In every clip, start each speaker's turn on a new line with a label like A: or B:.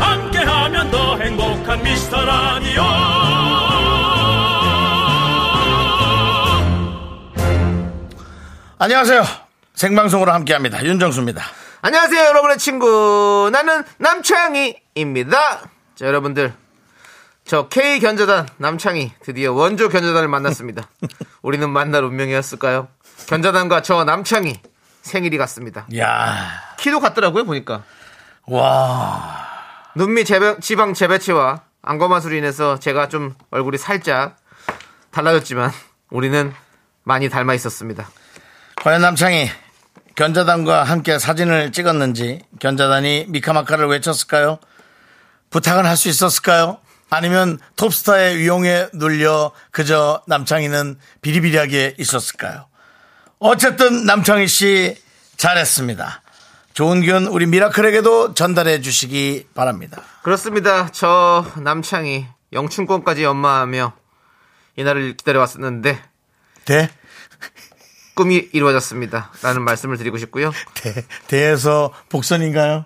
A: 함께하면 더 행복한 미스터 라디오
B: 안녕하세요. 생방송으로 함께합니다. 윤정수입니다.
C: 안녕하세요, 여러분의 친구. 나는 남창희입니다. 자, 여러분들. 저 K 견자단 남창희 드디어 원조 견자단을 만났습니다. 우리는 만날 운명이었을까요? 견자단과 저 남창희 생일이 같습니다.
B: 야,
C: 키도 같더라고요, 보니까.
B: 와,
C: 눈미 재배- 지방 재배치와 안검하수로 인해서 제가 좀 얼굴이 살짝 달라졌지만 우리는 많이 닮아 있었습니다.
B: 과연 남창이 견자단과 함께 사진을 찍었는지 견자단이 미카마카를 외쳤을까요? 부탁은 할 수 있었을까요? 아니면 톱스타의 위용에 눌려 그저 남창이는 비리비리하게 있었을까요? 어쨌든 남창희 씨 잘했습니다. 좋은 기운 우리 미라클에게도 전달해 주시기 바랍니다.
C: 그렇습니다. 저 남창희 영춘권까지 연마하며 이날을 기다려왔었는데
B: 대,
C: 꿈이 이루어졌습니다. 라는 말씀을 드리고 싶고요.
B: 대, 대에서 복선인가요?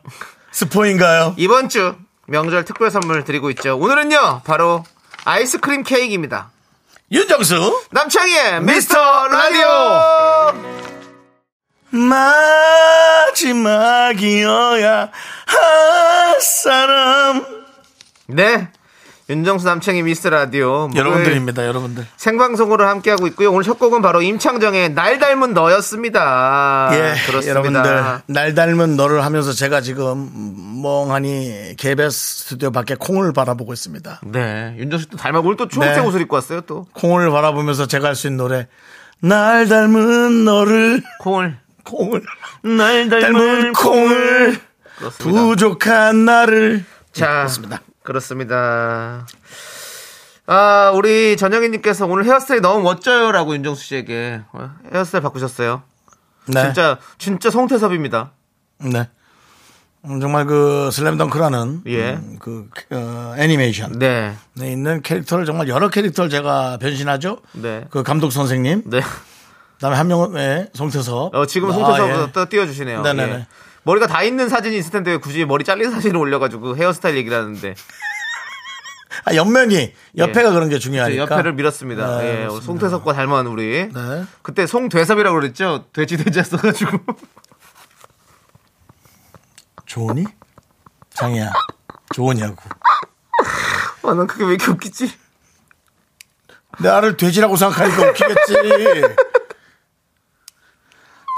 B: 스포인가요?
C: 이번 주 명절 특별 선물 드리고 있죠. 오늘은요, 바로 아이스크림 케이크입니다.
B: 윤정수!
C: 남창희의 미스터 라디오!
B: 마지막이어야 할 사람
C: 네. 윤정수 남창희 미스터 라디오. 목요일 네.
B: 여러분들입니다 여러분들
C: 생방송으로 함께하고 있고요. 오늘 첫 곡은 바로 임창정의 날 닮은 너였습니다.
B: 예
C: 아, 그렇습니다.
B: 여러분들 날 닮은 너를 하면서 제가 지금 멍하니 KBS 스튜디오 밖에 콩을 바라보고 있습니다
C: 네. 윤정수 또 닮아, 오늘 또 초록색
B: 네.
C: 옷을 입고 왔어요, 또.
B: 콩을 바라보면서 제가 할 수 있는 노래 날 닮은 너를
C: 콩을.
B: 콩을
C: 날
B: 닮은 콩을
C: 그렇습니다.
B: 부족한 나를
C: 네, 자,
B: 그렇습니다.
C: 그렇습니다. 아, 우리 전영희님께서 오늘 헤어스타일 너무 멋져요라고 윤정수 씨에게 어, 헤어스타일 바꾸셨어요.
B: 네.
C: 진짜 진짜 송태섭입니다.
B: 네. 음, 정말 그 슬램덩크라는
C: 예.
B: 음, 그 어, 애니메이션
C: 네,
B: 네, 있는 캐릭터를 정말 여러 캐릭터를 제가 변신하죠.
C: 네.
B: 그 감독 선생님,
C: 네.
B: 그다음에 한 명은 예, 송태섭.
C: 어, 지금
B: 아,
C: 송태섭
B: 예.
C: 또 띄워주시네요.
B: 네네네.
C: 예. 머리가 다 있는 사진이 있을 텐데 굳이 머리 잘린 사진을 올려가지고 헤어스타일 얘기를 하는데
B: 아, 옆면이 옆에가 그런 게
C: 저
B: 중요하니까.
C: 예. 옆에를 밀었습니다.
B: 네,
C: 예,
B: 그렇습니다.
C: 송태섭과 닮은 우리
B: 네.
C: 그때 송대섭이라고 그랬죠. 돼지 돼지였어가지고
B: 좋으니? 장이야. 좋으냐고.
C: 아, 난 그게 왜 이렇게 웃기지?
B: 내 알을 돼지라고 생각하니까 웃기겠지.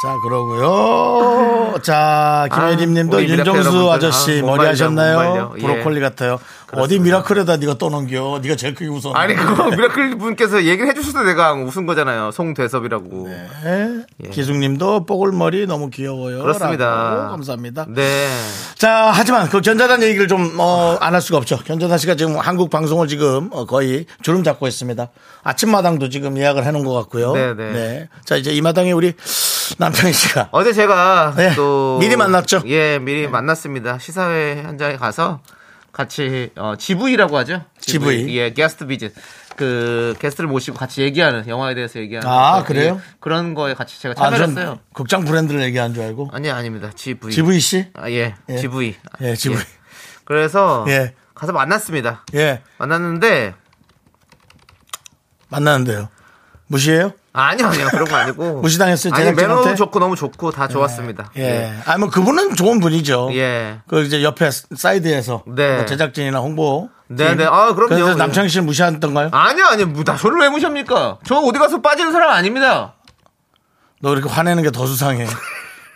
B: 자, 그러고요. 자, 김혜림 님도
C: 아, 우리 미라클
B: 윤정수
C: 여러분들.
B: 아저씨
C: 아, 못
B: 머리
C: 말려, 못
B: 하셨나요?
C: 말려. 예.
B: 브로콜리 같아요. 어디 미라클에다 네가 떠넘겨. 네가 제일 크게 웃어.
C: 아니 그거 미라클 분께서 얘기를 해주셔서 내가 웃은 거잖아요. 송대섭이라고.
B: 네. 예? 기숙 님도 뽀글머리 너무 귀여워요.
C: 예. 그렇습니다.
B: 라고. 감사합니다.
C: 네.
B: 자, 하지만 그 견자단 얘기를 좀, 어, 안 할 수가 없죠. 견자단 씨가 지금 한국 방송을 지금 어, 거의 주름 잡고 있습니다. 아침마당도 지금 예약을 해놓은 것 같고요.
C: 네, 네.
B: 자, 이제 이 마당에 우리 남편이 씨가
C: 어제 제가
B: 네,
C: 또
B: 미리 만났죠? 네.
C: 예, 미리 만났습니다. 시사회 현장에 가서 같이 어, GV라고 하죠.
B: GV.
C: 예, 게스트 비즈. 그 게스트를 모시고 같이 얘기하는 영화에 대해서 얘기하는.
B: 아,
C: 그래서
B: 그래요?
C: 예, 그런 거에 같이 제가
B: 아, 전
C: 참여했어요.
B: 극장 브랜드를 얘기한 줄 알고.
C: 아니 아닙니다. GV.
B: 지브이 씨?
C: 아, 예,
B: 예.
C: GV.
B: 예, GV.
C: 그래서
B: 예.
C: 가서 만났습니다.
B: 예,
C: 만났는데
B: 만나는데요. 무시해요?
C: 아니요, 아니요. 그런 거 아니고.
B: 무시당했어요,
C: 아니,
B: 제작진한테?
C: 매너 좋고 너무 좋고 다 좋았습니다.
B: 예. 아, 뭐 그분은 좋은 분이죠.
C: 예.
B: 그 이제 옆에 사이드에서
C: 네.
B: 뭐 제작진이나 홍보.
C: 네, 네. 아, 그럼요.
B: 그래서
C: 예.
B: 남창희 씨는 무시하던가요?
C: 아니요, 아니요. 뭐, 나 저를 왜 무시합니까? 저 어디 가서 빠지는 사람 아닙니다.
B: 너 이렇게 화내는 게 더 수상해.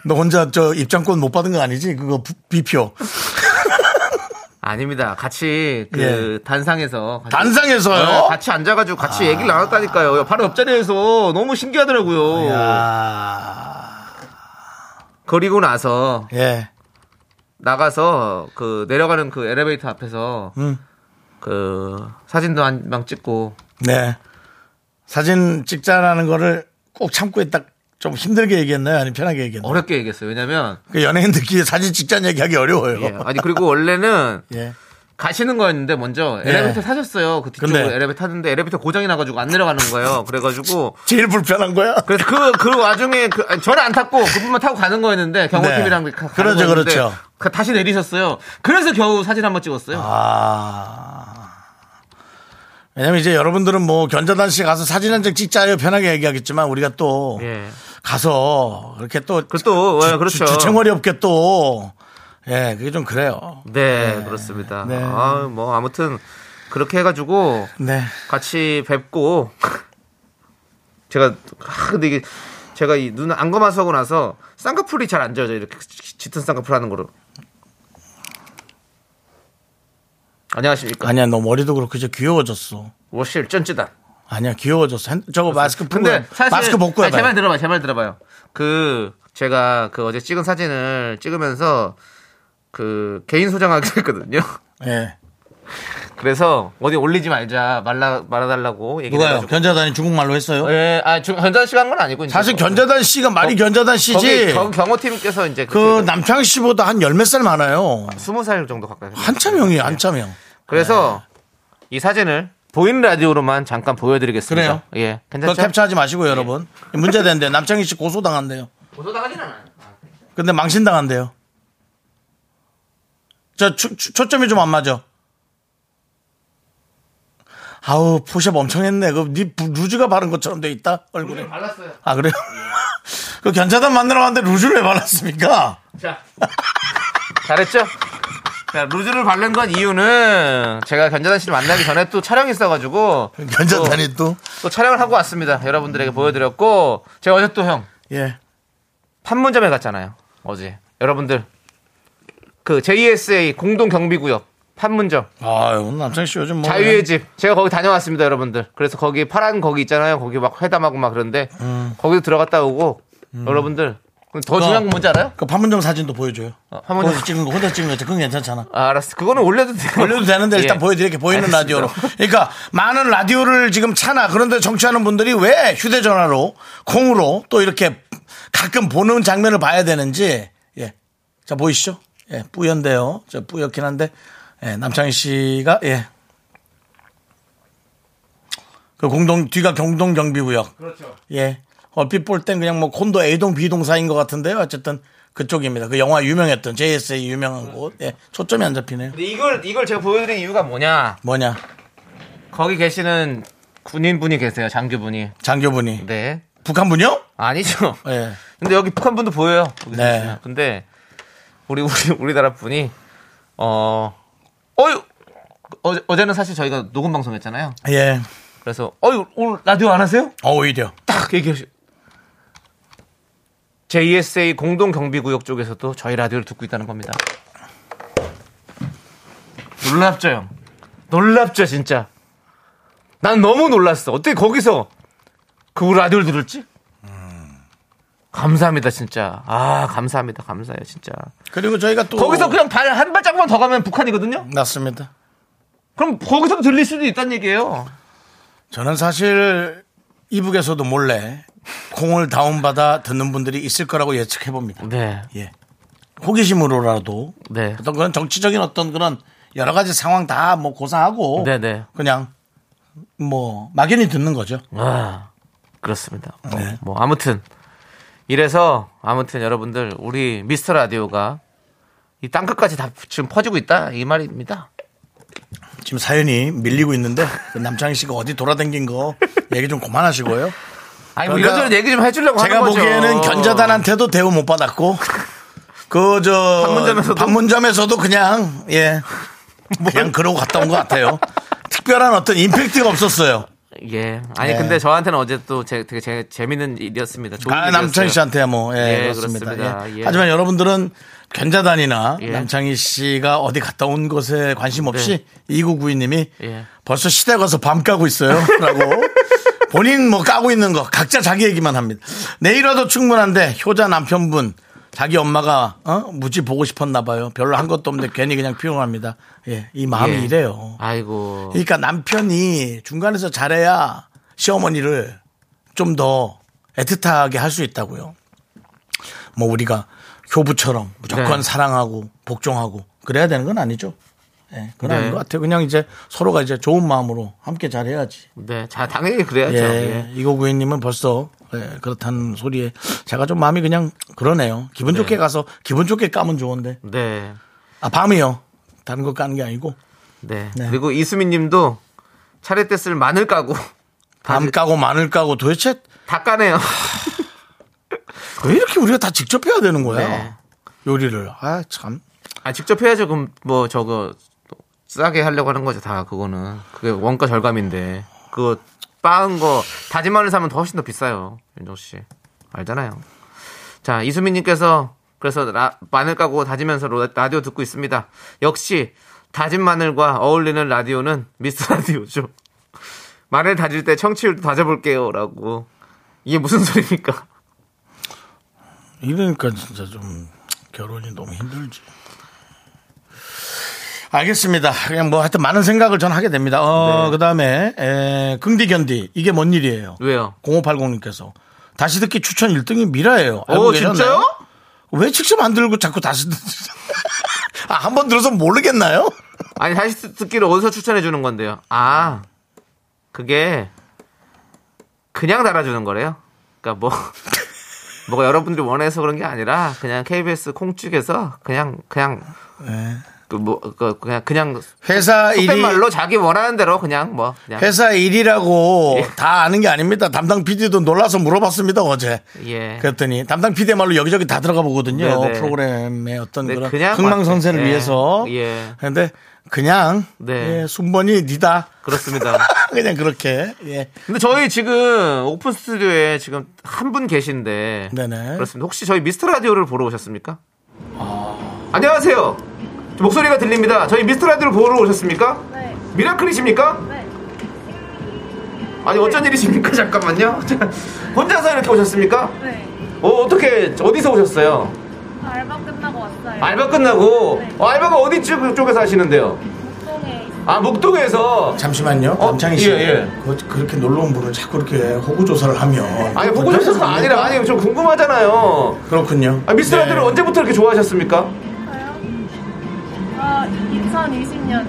B: 너 혼자 저 입장권 못 받은 거 아니지? 그거 부- 비표.
C: 아닙니다. 같이 그 단상에서 같이,
B: 예. 단상에서요?
C: 네, 같이 앉아가지고 같이 얘기를 나눴다니까요. 바로 옆자리에서 너무 신기하더라고요.
B: 야
C: 그리고 나서
B: 예.
C: 나가서 그 내려가는 그 엘리베이터 앞에서
B: 음.
C: 그 사진도 한 방 찍고
B: 네. 사진 찍자라는 거를 꼭 참고 있다. 좀 힘들게 얘기했나요? 아니면 편하게 얘기했나요?
C: 어렵게 얘기했어요. 왜냐면
B: 그 연예인들끼리 사진 찍자는 얘기하기 어려워요.
C: 예. 아니 그리고 원래는
B: 예.
C: 가시는 거였는데 먼저 엘리베이터
B: 예.
C: 타셨어요. 그 뒤쪽으로
B: 근데-
C: 엘리베이터 탔는데 엘리베이터 고장이 나가지고 안 내려가는 거예요. 그래가지고
B: 제일 불편한 거야?
C: 그래서 그, 그 와중에 그, 아니, 저는 안 탔고 그분만 타고 가는 거였는데 경호팀이랑
B: 네.
C: 가- 가는
B: 그렇죠,
C: 거였는데
B: 그렇죠.
C: 그- 다시 내리셨어요. 그래서 겨우 사진 한 번 찍었어요.
B: 아. 왜냐면 이제 여러분들은 뭐 견자단 씨 가서 사진 한 장 찍자요 편하게 얘기하겠지만 우리가 또
C: 예.
B: 가서 그렇게 또.
C: 그 또,
B: 주-
C: 예, 그렇죠.
B: 주- 주책머리 없게 또. 예, 그게 좀 그래요.
C: 네, 그렇습니다.
B: 네.
C: 아, 뭐 아무튼 그렇게 해가지고
B: 네.
C: 같이 뵙고 제가 아, 근데 이게 제가 이 눈 안검하서고 나서 쌍꺼풀이 잘 안 져요. 이렇게 짙- 짙은 쌍꺼풀 하는 거로. 안녕하십니까?
B: 아니야, 너 머리도 그렇고 이제 귀여워졌어.
C: 워실 쩐찌다.
B: 아니야, 귀여워졌어. 핸- 저거 마스크 풀고.
C: 근데 사실
B: 마스크 벗고
C: 아니,
B: 해봐요.
C: 제발 들어봐, 제발 들어봐요. 그 제가 그 어제 찍은 사진을 찍으면서 그 개인 소장하기로 했거든요.
B: 예.
C: 그래서 어디 올리지 말자 말라 말아달라고 얘기를
B: 누가요?
C: 해가지고.
B: 견자단이 중국말로 했어요?
C: 예, 아 지금 견자단 씨가 한건 아니고 이제
B: 사실
C: 저-
B: 견자단 씨가 말이
C: 어,
B: 견자단
C: 거기
B: 씨지.
C: 경, 경호팀께서 이제
B: 그
C: 그
B: 남창 씨보다 한 열 몇 살 많아요.
C: 스무 살 정도 가까이
B: 한참 형이에요, 한참 형.
C: 그래서 이 사진을 네. 보이는 라디오로만 잠깐 보여드리겠습니다. 그래요? 예,
B: 그거
C: 괜찮죠?
B: 캡처하지 마시고요, 여러분. 문제된대. 남창희 씨 고소당한대요.
C: 고소당하진 않아요.
B: 근데 망신당한대요. 저 초, 점이 좀 안 맞아. 아우, 포샵 엄청 했네. 그네 루즈가 바른 것처럼 돼 있다, 얼굴에.
C: 발랐어요.
B: 아, 그래요? 그 견자단 만나러 왔는데 루즈를 왜 발랐습니까?
C: 자, 잘했죠? 자, 루즈를 바른 건 이유는 제가 견자단 씨를 만나기 전에 또 촬영이 있어가지고
B: 견자단이 또.
C: 또 촬영을 하고 왔습니다. 여러분들에게 보여드렸고 제가 어제 또 형
B: 예.
C: 판문점에 갔잖아요. 어제 여러분들 그 JSA 공동 경비구역 판문점
B: 아, 오늘 남창희 씨 요즘 뭐.
C: 자유의 집 제가 거기 다녀왔습니다, 여러분들. 그래서 거기 파란 거기 있잖아요. 거기 막 회담하고 막 그런데
B: 음.
C: 거기도 들어갔다 오고 여러분들 더 중요한 건 뭔지 알아요?
B: 그 판문점 사진도 보여줘요.
C: 어, 판문점.
B: 거기서 찍은 거 혼자 찍은 거 그건 괜찮잖아.
C: 아, 알았어. 그거는 올려도 돼요.
B: 올려도 되는데 일단
C: 예.
B: 보여드릴게 보이는
C: 알겠습니다.
B: 라디오로. 그러니까 많은 라디오를 지금 차나 그런데 정치하는 분들이 왜 휴대전화로 콩으로 또 이렇게 가끔 보는 장면을 봐야 되는지 예. 자 보이시죠? 예, 뿌연데요. 저 뿌옇긴 한데 예, 남창희 씨가 예. 그 공동 뒤가 경동 경비구역. 그렇죠. 예. 얼핏 볼 땐 그냥 뭐 콘도 A동 B동 사인 것 같은데요. 어쨌든 그쪽입니다. 그 영화 유명했던 JSA 유명한 곳. 예. 초점이 안 잡히네요.
C: 근데 이걸 이걸 제가 보여드린 이유가 뭐냐?
B: 뭐냐?
C: 거기 계시는 군인분이 계세요, 장교분이.
B: 장교분이.
C: 네.
B: 북한분이요?
C: 아니죠.
B: 예.
C: 근데 여기 북한 분도 보여요. 여기
B: 네.
C: 보시면. 근데 우리 우리 우리나라 분이 어 어유 어제, 어제는 사실 저희가 녹음 방송했잖아요.
B: 예.
C: 그래서 어유 오늘 라디오 안 하세요?
B: 어, 오히려.
C: 딱 얘기하시. JSA 공동 경비구역 쪽에서도 저희 라디오를 듣고 있다는 겁니다. 놀랍죠, 형. 놀랍죠, 진짜. 난 너무 놀랐어. 어떻게 거기서 그 라디오를 들을지? 감사합니다, 진짜. 아, 감사합니다, 감사해요, 진짜.
B: 그리고 저희가 또.
C: 거기서 그냥 발 한 발짝만 더 가면 북한이거든요.
B: 났습니다.
C: 그럼 거기서도 들릴 수도 있다는 얘기예요.
B: 저는 사실 이북에서도 몰래 콩을 다운받아 듣는 분들이 있을 거라고 예측해 봅니다.
C: 네,
B: 예. 호기심으로라도
C: 네,
B: 어떤 그런 정치적인 어떤 그런 여러 가지 상황 다 뭐 고사하고
C: 네, 네.
B: 그냥 뭐 막연히 듣는 거죠.
C: 아, 그렇습니다. 뭐,
B: 네.
C: 뭐 아무튼 이래서 아무튼 여러분들 우리 미스터 라디오가 이 땅 끝까지 다 지금 퍼지고 있다 이 말입니다.
B: 지금 사연이 밀리고 있는데 그 남창희 씨가 어디 돌아다닌 거 얘기 좀 그만하시고요.
C: 아니 뭐
B: 그러니까
C: 이런저런 얘기 좀 해주려고
B: 제가
C: 하는 거죠.
B: 보기에는 견자단한테도 대우 못 받았고 그 저
C: 판문점에서도?
B: 판문점에서도 그냥 예 그냥 그러고 갔다 온 것 같아요. 특별한 어떤 임팩트가 없었어요.
C: 예. 아니
B: 네.
C: 근데 저한테는 어제 또 제, 되게 제, 재밌는 일이었습니다. 좋은
B: 아,
C: 일이었어요.
B: 남창희 씨한테 뭐 예,
C: 예,
B: 그렇습니다.
C: 그렇습니다.
B: 예.
C: 예.
B: 하지만 여러분들은 견자단이나
C: 예.
B: 남창희 씨가 어디 갔다 온 것에 관심 없이 이구구이님이
C: 네. 예.
B: 벌써 시댁 가서 밤 까고 있어요라고 본인 뭐 까고 있는 거 각자 자기 얘기만 합니다. 내일라도 충분한데 효자 남편분 자기 엄마가 어? 무지 보고 싶었나 봐요. 별로 한 것도 없는데 괜히 그냥 피용합니다. 예, 이 마음이
C: 예.
B: 이래요.
C: 아이고.
B: 그러니까 남편이 중간에서 잘해야 시어머니를 좀 더 애틋하게 할 수 있다고요. 뭐 우리가 교부처럼 무조건
C: 네.
B: 사랑하고 복종하고 그래야 되는 건 아니죠. 예, 그건
C: 네.
B: 아닌 것 같아요. 그냥 이제 서로가 이제 좋은 마음으로 함께 잘해야지.
C: 네, 자 당연히 그래야죠.
B: 예,
C: 예.
B: 이고구이님은 벌써 예, 그렇다는 소리에 제가 좀 마음이 그냥 그러네요. 기분 좋게 가서 기분 좋게 까면 좋은데.
C: 네,
B: 아 밤이요. 다른 거 까는 게 아니고
C: 네.
B: 네.
C: 그리고 이수민님도 차례 때 쓸 마늘 까고
B: 밤 까고 마늘 까고 도대체
C: 다 까네요.
B: 왜 이렇게 우리가 다 직접 해야 되는 거야?
C: 네.
B: 요리를. 아, 참.
C: 아 직접 해야죠. 그럼 뭐 저거 싸게 하려고 하는 거죠. 다 그거는 그게 원가 절감인데 그거 빠은 거 다진 마늘 사면 더 훨씬 더 비싸요. 윤정 씨 알잖아요. 자 이수민님께서 그래서 라- 마늘 까고 다지면서 로- 라디오 듣고 있습니다. 역시 다진 마늘과 어울리는 라디오는 미스 라디오죠. 마늘 다질 때 청취율도 다져볼게요라고 이게 무슨 소리입니까?
B: 이러니까 진짜 좀 결혼이 너무 힘들지. 알겠습니다. 그냥 뭐 하여튼 많은 생각을 전 하게 됩니다. 어, 그 다음에, 에, 긍디 견디. 이게 뭔 일이에요?
C: 왜요?
B: 0580님께서. 다시 듣기 추천 1등이 미라예요. 알고
C: 오,
B: 계셨나요?
C: 진짜요?
B: 왜 직접 안 들고 자꾸 다시 듣 아, 한 번 들어서 모르겠나요?
C: 아니 다시 듣- 듣기를 어디서 추천해 주는 건데요? 아 그게 그냥 달아주는 거래요? 그러니까 뭐 뭐가 여러분들이 원해서 그런 게 아니라 그냥 KBS 콩 쪽에서 그냥 그냥 그뭐 그, 그냥 그냥
B: 회사
C: 속된
B: 네. 아, 일이.
C: 말로 자기 원하는 대로 그냥 뭐 그냥
B: 회사 일이라고
C: 예.
B: 다 아는 게 아닙니다. 담당 PD도 놀라서 물어봤습니다, 어제.
C: 예.
B: 그랬더니 담당 PD의 말로 여기저기 다 들어가 보거든요.
C: 네네.
B: 프로그램의 어떤
C: 네,
B: 그런
C: 그냥
B: 흥망성쇠를
C: 맞- 예.
B: 위해서.
C: 예.
B: 근데 그냥
C: 네.
B: 예, 순번이 니다.
C: 그렇습니다.
B: 그냥 그렇게. 예.
C: 근데 저희 지금 오픈 스튜디오에 지금 한 분 계신데
B: 네네.
C: 그렇습니다. 혹시 저희 미스터 라디오를 보러 오셨습니까? 아. 안녕하세요. 저 목소리가 들립니다. 저희 미스터 라디오를 보러 오셨습니까?
D: 네.
C: 미라클이십니까?
D: 네.
C: 아니 어쩐 일이십니까? 잠깐만요. 혼자서 이렇게 오셨습니까?
D: 네.
C: 어, 어떻게 어디서 오셨어요?
D: 알바 끝나고 왔어요.
C: 알바 끝나고
D: 네.
C: 어, 알바가 어디 쪽, 쪽에서 하시는데요?
D: 목동에
C: 아 목동에서
B: 잠시만요.
C: 어,
B: 남창희 씨.
C: 예, 예.
B: 그, 그렇게 놀러 온 분을 자꾸 이렇게 호구조사를 하면.
C: 아니 보고 오셨어가 아니라 아니 좀 궁금하잖아요.
B: 그렇군요.
C: 아, 미스터 라디오를
B: 네.
C: 언제부터 이렇게 좋아하셨습니까?
D: 있어요. 아, 2020년.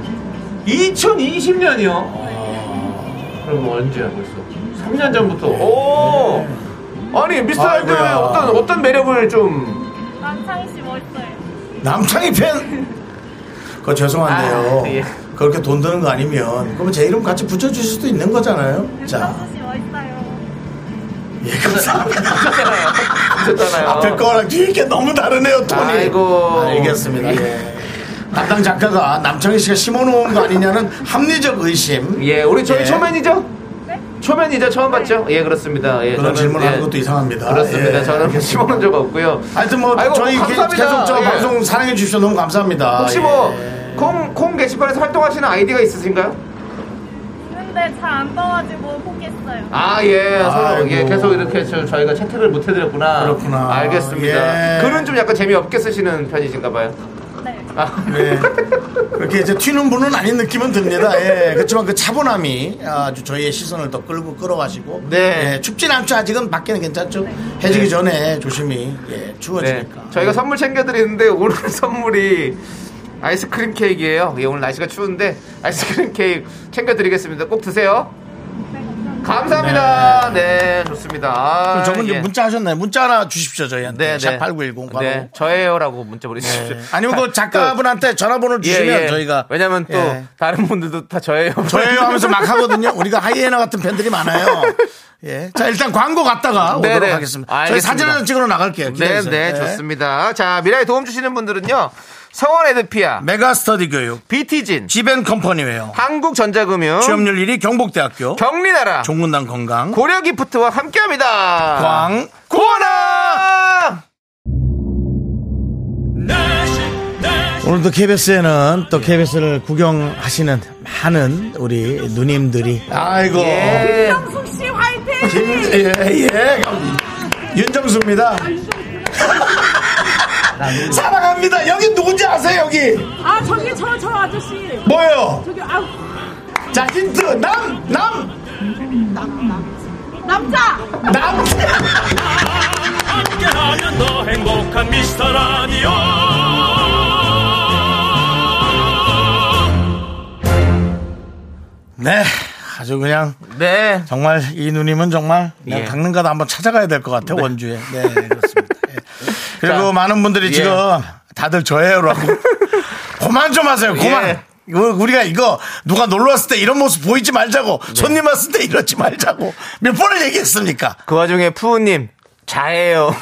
C: 2020년이요. 아, 그럼 뭐 언제야 벌써? 3년 전부터. 오. 아니 미스터 라디오의
B: 아이고야.
C: 어떤 어떤 매력을 좀
D: 남창희 씨 멋있어요.
B: 남창희 팬. 그거 죄송한데요.
C: 아, 예.
B: 그렇게 돈 드는 거 아니면 그럼 제 이름 같이 붙여줄 수도 있는 거잖아요. 자,
D: 윤정수 씨 멋있어요.
B: 예 감사합니다.
C: 하셨잖아요. 하셨잖아요.
B: 앞에 거랑 뒤에 게 너무 다르네요, 톤이.
C: 아이고.
B: 알겠습니다. 예. 담당 작가가 남창희 씨가 심어놓은 거 아니냐는 합리적 의심.
C: 예, 우리 저희
B: 예.
C: 초면이죠?
D: 네?
C: 초면이죠? 처음 봤죠? 예, 그렇습니다. 예,
B: 그런
C: 저는,
B: 질문을
C: 예,
B: 하는 것도 이상합니다.
C: 그렇습니다.
B: 예,
C: 저는 뭐
B: 알겠습니다.
C: 심어놓은 적 없고요.
B: 하여튼 뭐
C: 아이고,
B: 저희 게-
C: 감사합니다.
B: 계속 저
C: 예.
B: 방송 사랑해 주십시오. 너무 감사합니다.
C: 혹시
B: 예.
C: 뭐 콩, 콩 게시판에서 활동하시는 아이디가 있으신가요?
D: 있는데 잘 안 떠가지고 포기했어요.
C: 아, 예, 서로, 예,
B: 아이고.
C: 계속 이렇게 저, 저희가 채택을 못 해드렸구나.
B: 그렇구나.
C: 알겠습니다.
B: 예.
C: 글은 좀 약간 재미없게 쓰시는 편이신가봐요.
D: 네.
C: 아,
B: 네. 그렇게 이제 튀는 분은 아닌 느낌은 듭니다. 예. 그렇지만 그 차분함이 아주 저희의 시선을 더 끌고 끌어가시고.
C: 네.
B: 예, 춥진 않죠. 아직은 밖에는 괜찮죠. 해지기 전에 조심히 예,
C: 네.
B: 추워지니까.
C: 저희가 선물 챙겨드리는데 오늘 선물이 아이스크림 케이크예요. 예, 오늘 날씨가 추운데 아이스크림 케이크 챙겨드리겠습니다. 꼭 드세요. 감사합니다. 네, 좋습니다. 아,
B: 그럼 저분
C: 예.
B: 좀 문자 하셨나요? 문자 하나 주십시오 저희한테.
C: 네, 네.
B: 샵8910 바로.
C: 네, 저예요라고 문자 보내주십시오.
B: 아니면 그 작가분한테 전화번호를
C: 예,
B: 주시면
C: 예.
B: 저희가
C: 왜냐면 또
B: 예.
C: 다른 분들도 다 저예요.
B: 저예요 하면서 막 하거든요. 우리가 하이에나 같은 팬들이 많아요. 예. 자, 일단 광고 갔다가
C: 네,
B: 오도록
C: 네.
B: 하겠습니다. 저희
C: 알겠습니다.
B: 사진 하나 찍으러 나갈게요.
C: 네,
B: 기다리세요. 예.
C: 네, 좋습니다. 자, 미라에 도움 주시는 분들은요. 성원
B: 네.
C: 에드피아,
B: 메가스터디 교육,
C: 비티진,
B: 지벤컴퍼니웨어,
C: 한국전자금융,
B: 취업률 1위 경북대학교,
C: 경리나라,
B: 종문당 건강,
C: 고려기프트와 함께합니다.
B: 광,
C: 고원아!
B: 오늘도 KBS에는 또 KBS를 구경하시는 많은 우리 누님들이 아이고
C: 예.
D: 윤정수 씨 화이팅!
B: 김- 예, 예. 윤정수입니다 사랑합니다. 여기 누군지 아세요, 여기?
D: 아 저기 저 저 아저씨
B: 뭐예요?
D: 저기 아
B: 자, 힌트. 남! 남!
D: 남자
B: 남!
A: 함께하면 더 행복한 미스터 라디오
B: 네. 아주 그냥
C: 네.
B: 정말 이 누님은 정말 그냥
C: 예.
B: 강릉가도 한번 찾아가야 될 것 같아요 원주에. 네 그렇습니다. 예. 그리고
C: 자,
B: 많은 분들이
C: 예.
B: 지금 다들 저예요라고 그만 좀 하세요. 그만.
C: 예.
B: 이거 우리가 이거 누가 놀러 왔을 때 이런 모습 보이지 말자고
C: 네.
B: 손님 왔을 때 이러지 말자고 몇 번을 얘기했습니까?
C: 그 와중에 푸우님, 자예요.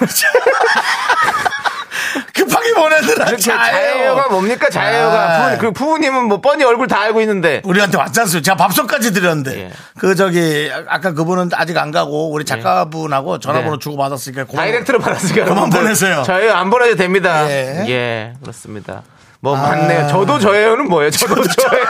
B: 급하게 보내느라
C: 이렇게 그렇죠. 자예요가 뭡니까? 자예요가.
B: 아.
C: 푸우님. 그리고 푸우님은 뭐 뻔히 얼굴 다 알고 있는데.
B: 우리한테 왔지 않습니까? 제가 밥솥까지 드렸는데.
C: 예.
B: 그, 저기, 아- 아까 그분은 아직 안 가고, 우리 작가분하고 전화번호
C: 네.
B: 주고받았으니까. 고마워.
C: 다이렉트로 받았으니까.
B: 그만
C: 여러분들
B: 보내세요.
C: 저예요 안 보내도 됩니다.
B: 예. 아.
C: 예. 그렇습니다. 뭐 맞네요. 저도 저예요는 뭐예요? 저도 저예요.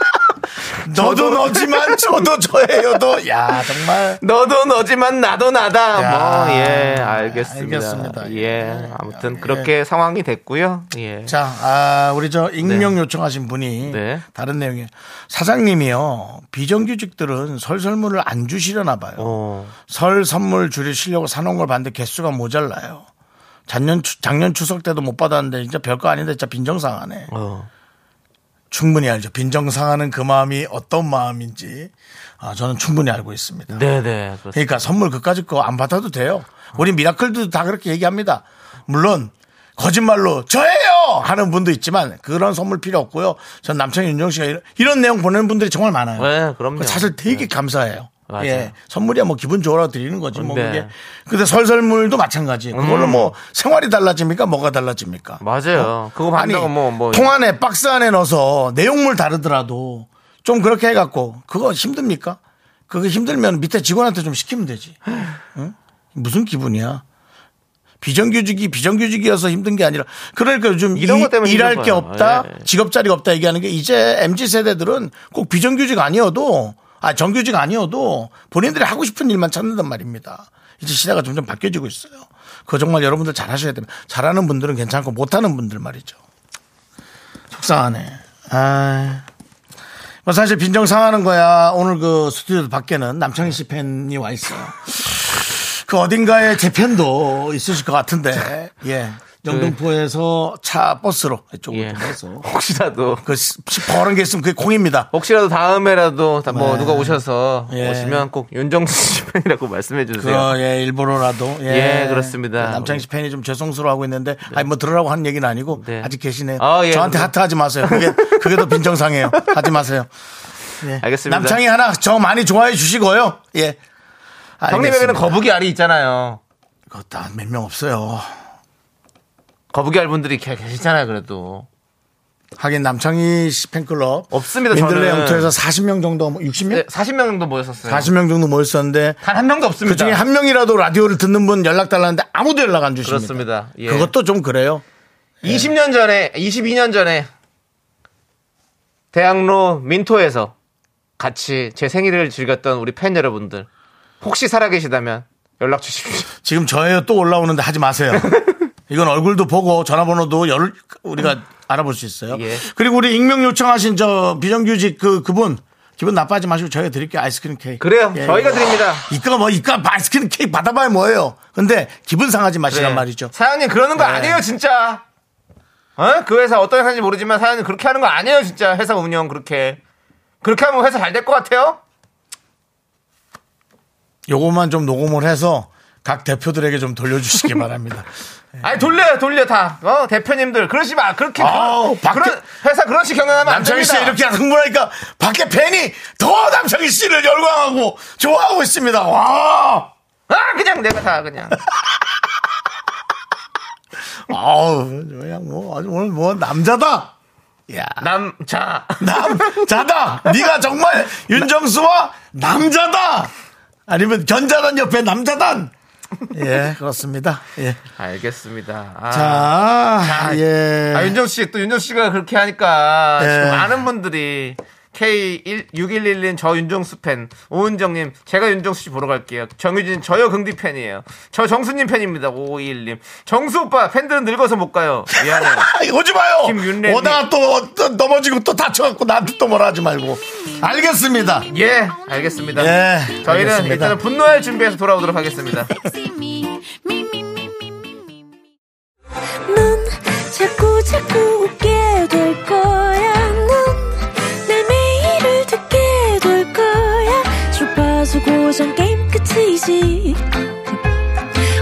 B: 너도 너지만 저도 저예요도 야 정말
C: 너도 너지만 나도 나다.
B: 야.
C: 뭐, 예, 알겠습니다.
B: 알겠습니다.
C: 예, 아무튼 그렇게 상황이 됐고요. 예.
B: 자 아, 우리 저 익명 요청하신 분이
C: 네.
B: 다른 내용이에요 사장님이요 비정규직들은 설 선물을 안 주시려나 봐요
C: 어.
B: 설 선물 줄이시려고 사놓은 걸 봤는데 개수가 모자라요 작년 추, 작년 추석 때도 못 받았는데 진짜 별거 아닌데 진짜 빈정상하네
C: 어.
B: 충분히 알죠 빈정상하는 그 마음이 어떤 마음인지 아, 저는 충분히 알고 있습니다
C: 네, 네. 그렇습니다.
B: 그러니까 선물 그까짓 거 안 받아도 돼요. 우리 미라클도 다 그렇게 얘기합니다. 물론 거짓말로 저예요 하는 분도 있지만 그런 선물 필요 없고요. 전 남창희 윤정 씨가 이런, 이런 내용 보내는 분들이 정말 많아요.
C: 네, 그럼요.
B: 그거 사실 되게 감사해요.
C: 맞아요.
B: 예. 선물이야 뭐 기분 좋으라고 드리는 거지 뭐
C: 네. 음.
B: 그게. 근데 설설물도 마찬가지. 그걸로 뭐 생활이 달라집니까? 뭐가 달라집니까?
C: 맞아요. 그거
B: 어? 아니
C: 받는다고 뭐, 뭐.
B: 통 안에 박스 안에 넣어서 내용물 다르더라도 좀 그렇게 해갖고 그거 힘듭니까? 그거 힘들면 밑에 직원한테 좀 시키면 되지. 응? 무슨 기분이야? 비정규직이 비정규직이어서 힘든 게 아니라 그러니까 요즘
C: 이런
B: 이-
C: 것 때문에
B: 일할
C: 힘든
B: 게
C: 거예요.
B: 없다
C: 예.
B: 직업 자리가 없다 얘기하는 게 이제 mz 세대들은 꼭 비정규직 아니어도 아 정규직 아니어도 본인들이 하고 싶은 일만 찾는단 말입니다. 이제 시대가 점점 바뀌어지고 있어요. 그거 정말 여러분들 잘하셔야 됩니다. 잘하는 분들은 괜찮고 못하는 분들 말이죠. 속상하네. 아. 뭐 사실 빈정 상하는 거야. 오늘 그 스튜디오 밖에는 남창희 씨 팬이 와 있어요. 그 어딘가에 제 팬도 있으실 것 같은데. 예. 영등포에서 차 버스로 이쪽으로
C: 예.
B: 좀 해서
C: 혹시라도.
B: 그 시- 시퍼런 게 있으면 그게 공입니다.
C: 혹시라도 다음에라도 다 뭐
B: 네.
C: 누가 오셔서
B: 예.
C: 오시면 꼭 윤정수 씨 팬이라고 말씀해 주세요.
B: 그, 예, 일부러라도.
C: 예, 그렇습니다.
B: 남창희 씨 팬이 좀 죄송스러워하고 있는데, 아니, 뭐 들으라고 하는 얘기는 아니고,
C: 네.
B: 아직 계시네요.
C: 아, 예,
B: 저한테
C: 그럼-
B: 하트 하지 마세요. 그게, 그게 더 빈정상해요. 하지 마세요. 예.
C: 알겠습니다.
B: 남창희 하나 저 많이 좋아해 주시고요. 예.
C: 형님에게는
B: 알겠습니다.
C: 거북이 알이 있잖아요.
B: 그거 다 몇 명 없어요.
C: 거북이 알 분들이 계- 계시잖아요, 그래도.
B: 하긴 남창희 씨 팬클럽.
C: 없습니다,
B: 민들레
C: 저는.
B: 영토에서 40명 정도, 뭐 60명?
C: 네, 40명 정도 모였었어요.
B: 40명 정도 모였었는데,
C: 단 한 명도 없습니다.
B: 그 중에 한 명이라도 라디오를 듣는 분 연락 달라는데 아무도 연락 안 주십니다.
C: 그렇습니다. 예.
B: 그것도 예. 좀 그래요.
C: 20년 전에, 22년 전에 대학로 민토에서 같이 제 생일을 즐겼던 우리 팬 여러분들 혹시 살아계시다면 연락 주십시오.
B: 지금 저예요 또 올라오는데 하지 마세요. 이건 얼굴도 보고 전화번호도 열 우리가 알아볼 수 있어요.
C: 음. 예.
B: 그리고 우리 익명 요청하신 저 비정규직 그 그분 기분 나빠하지 마시고 저희가 드릴게요 아이스크림 케이크.
C: 그래요.
B: 예,
C: 저희가
B: 예.
C: 드립니다.
B: 이까 뭐 이까 아이스크림 케이크 받아봐야 뭐예요. 근데 기분 상하지 마시란
C: 네.
B: 말이죠. 네.
C: 사연님 그러는 거 아니에요 진짜. 어? 그 회사 어떤 회사인지 모르지만 사연님 그렇게 하는 거 아니에요 진짜 회사 운영 그렇게. 그렇게 하면 회사 잘 될 것 같아요?
B: 요거만 좀 녹음을 해서 각 대표들에게 좀 돌려주시기 바랍니다. 네.
C: 아니 돌려요 돌려 다. 어 대표님들 그러지 마 그렇게
B: 아우,
C: 그런,
B: 밖에-
C: 그런 회사 그런 식 경영하면 안
B: 남창희
C: 됩니다.
B: 씨 이렇게 흥분하니까 밖에 팬이 더 남창희 씨를 열광하고 좋아하고 있습니다. 와.
C: 아 그냥 내가 다 그냥.
B: 아우 그냥 뭐 아주 오늘 뭐 남자다. 야
C: 남자.
B: 남자다. 네가 정말 윤정수와 남자다. 아니면 견자단 옆에 남자단. 예 그렇습니다. 예.
C: 알겠습니다. 아.
B: 자,
C: 자,
B: 예.
C: 아, 윤정 씨, 또 윤정 씨가 그렇게 하니까
B: 예.
C: 지금 많은 분들이 K6111님 저 윤종수 팬 오은정님 제가 윤종수 씨 보러 갈게요 정유진 저요 긍디 팬이에요 저 정수님 팬입니다 5521님 정수 오빠 팬들은 늙어서 못 가요 미안해요
B: 아, 이거 오지 마요.
C: 김윤래님.
B: 오다가 또, 또 넘어지고 또 다쳐갖고 나한테 또 뭐라 하지 말고. 알겠습니다.
C: 예 알겠습니다
B: 예,
C: 저희는
B: 알겠습니다.
C: 일단은 분노할 준비해서 돌아오도록 하겠습니다
E: 넌 자꾸 자꾸 웃게 될 거야. 넌내 매일을 듣게 될 거야. 주파수 고정 게임 끝이지.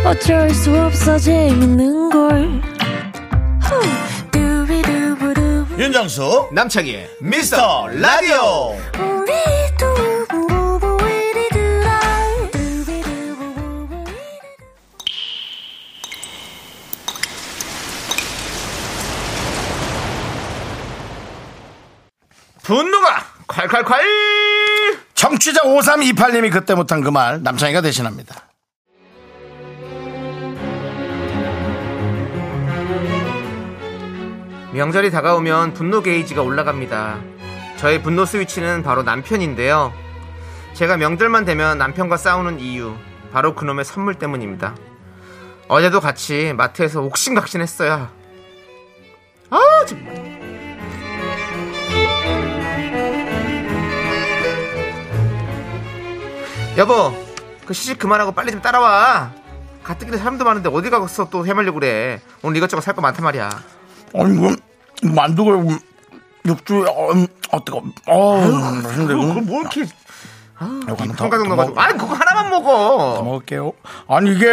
E: 어쩔 수 없어 재밌는 걸. 후. 두비두부두.
B: 윤정수.
C: 남창희의
B: 미스터 라디오.
E: 우리 두부부부 우리 두라. 두비두부부부 우리 두라.
C: 분노가 콸콸콸
B: 정취자 5328님이 그때 못한 그 말 남창희가 대신합니다.
C: 명절이 다가오면 분노 게이지가 올라갑니다. 저의 분노 스위치는 바로 남편인데요. 제가 명절만 되면 남편과 싸우는 이유, 바로 그놈의 선물 때문입니다. 어제도 같이 마트에서 옥신각신 했어요. 아, 정말. 여보, 그 시집 그만하고 빨리 좀 따라와. 가뜩이나 사람도 많은데 어디 가서 또 해말려고 그래. 오늘 이것저것 살 거 많단 말이야.
B: 아니, 이건 만두가 이거 육주, 어, 음, 어떡해. 어, 무슨
C: 그걸
B: 이거
C: 뭐 이렇게
B: 이거는 더-
C: 한 가닥
B: 더
C: 넣어가지고
B: 아, 먹-
C: 아니 그거 하나만 먹어
B: 먹을게요. 아니 이게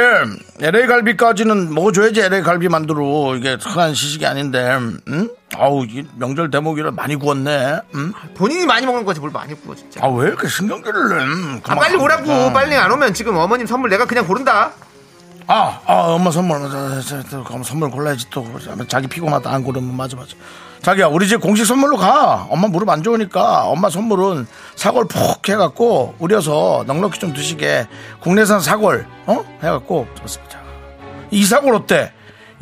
B: LA 갈비까지는 먹어줘야지 LA 갈비 만두로 이게 흔한 시식이 아닌데, 음? 아우 이 명절 대목이라 많이 구웠네. 음?
C: 본인이 많이 먹는 거지 뭘 많이 구워 진짜
B: 아왜 이렇게 신경질을 내? 음,
C: 아, 빨리 오라고 빨리 안 오면 지금 어머님 선물 내가 그냥 고른다
B: 아, 아 엄마 선물, 저, 저, 저, 저, 그럼 선물 골라야지 또 자기 피곤하다 안 고르면 맞아 맞아. 자기야 우리 집 공식 선물로 가. 엄마 무릎 안 좋으니까 엄마 선물은 사골 푹 해갖고 우려서 넉넉히 좀 드시게 국내산 사골 어 해갖고 좋습니다. 이 사골 어때?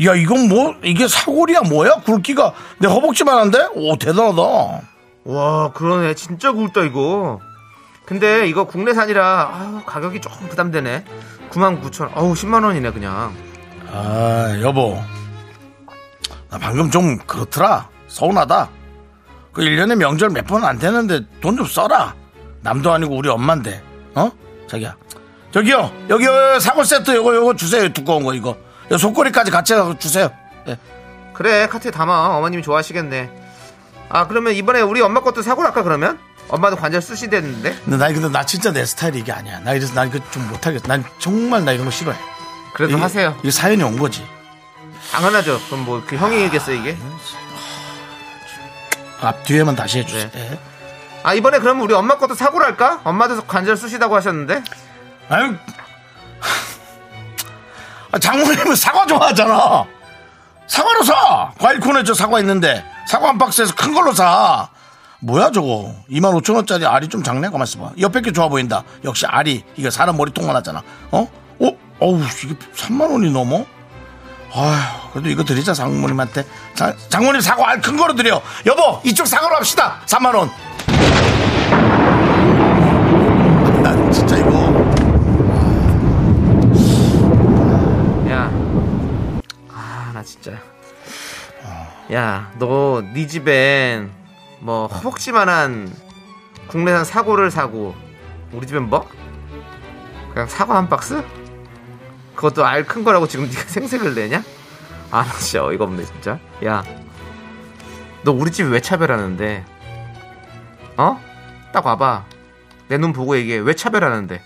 B: 야 이건 뭐 이게 사골이야 뭐야 굵기가 내 허벅지만 한데? 오 대단하다.
C: 와 그러네 진짜 굵다 이거 근데 이거 국내산이라 아유, 가격이 조금 부담되네 99,000원 어우 10만원이네 그냥
B: 아 여보 나 방금 좀 그렇더라 서운하다 그 1년에 명절 몇 번 안 되는데 돈 좀 써라 남도 아니고 우리 엄만데 어? 자기야 저기요 여기 요, 사골 세트 요거 요거 주세요 두꺼운 거 이거 요 속꼬리까지 같이 해서 주세요 예.
C: 그래 카트에 담아 어머님이 좋아하시겠네 아 그러면 이번에 우리 엄마 것도 사고 할까 그러면? 엄마도 관절 쑤시댔는데
B: 근데 나 근데 나 진짜 내 스타일이 이게 아니야 나 이래서 나 이거 좀 못하겠어 난 정말 나 이런 거 싫어해
C: 그래도
B: 이게-
C: 하세요
B: 이게 사연이 온 거지
C: 당연하죠 그럼 뭐 그 형이 얘기했어 이게
B: 그 앞 뒤에만 다시 해주세요 예.
C: 아 이번에 그럼 우리 엄마 것도 사고를 할까? 엄마도 관절 쑤시다고 하셨는데
B: 아유, 아, 장모님은 사과 좋아하잖아. 사과로 사. 과일 코너에 저 사과 있는데 사과 한 박스에서 큰 걸로 사. 뭐야 저거? 2만 5천 원짜리 알이 좀 작네. 가만 있어봐. 옆에 게 좋아 보인다. 역시 알이 이거 사람 머리통만 하잖아. 어? 어? 어우 이게 3만 원이 넘어? 아휴 그래도 이거 드리자 장모님한테. 자, 장모님 사과 알 큰 거로 드려. 여보 이쪽 사과로 합시다. 3만 원. 난 아, 진짜 이거.
C: 야. 아, 나 진짜. 야, 너 네 집엔 뭐 허벅지만한 국내산 사고를 사고 우리 집엔 뭐? 그냥 사과 한 박스? 그것도 알 큰 거라고 지금 네가 생색을 내냐? 아, 나 진짜 어이가 없네, 진짜. 야. 너 우리 집 왜 차별하는데? 어? 딱 와봐. 내 눈 보고 얘기해. 왜 차별하는데?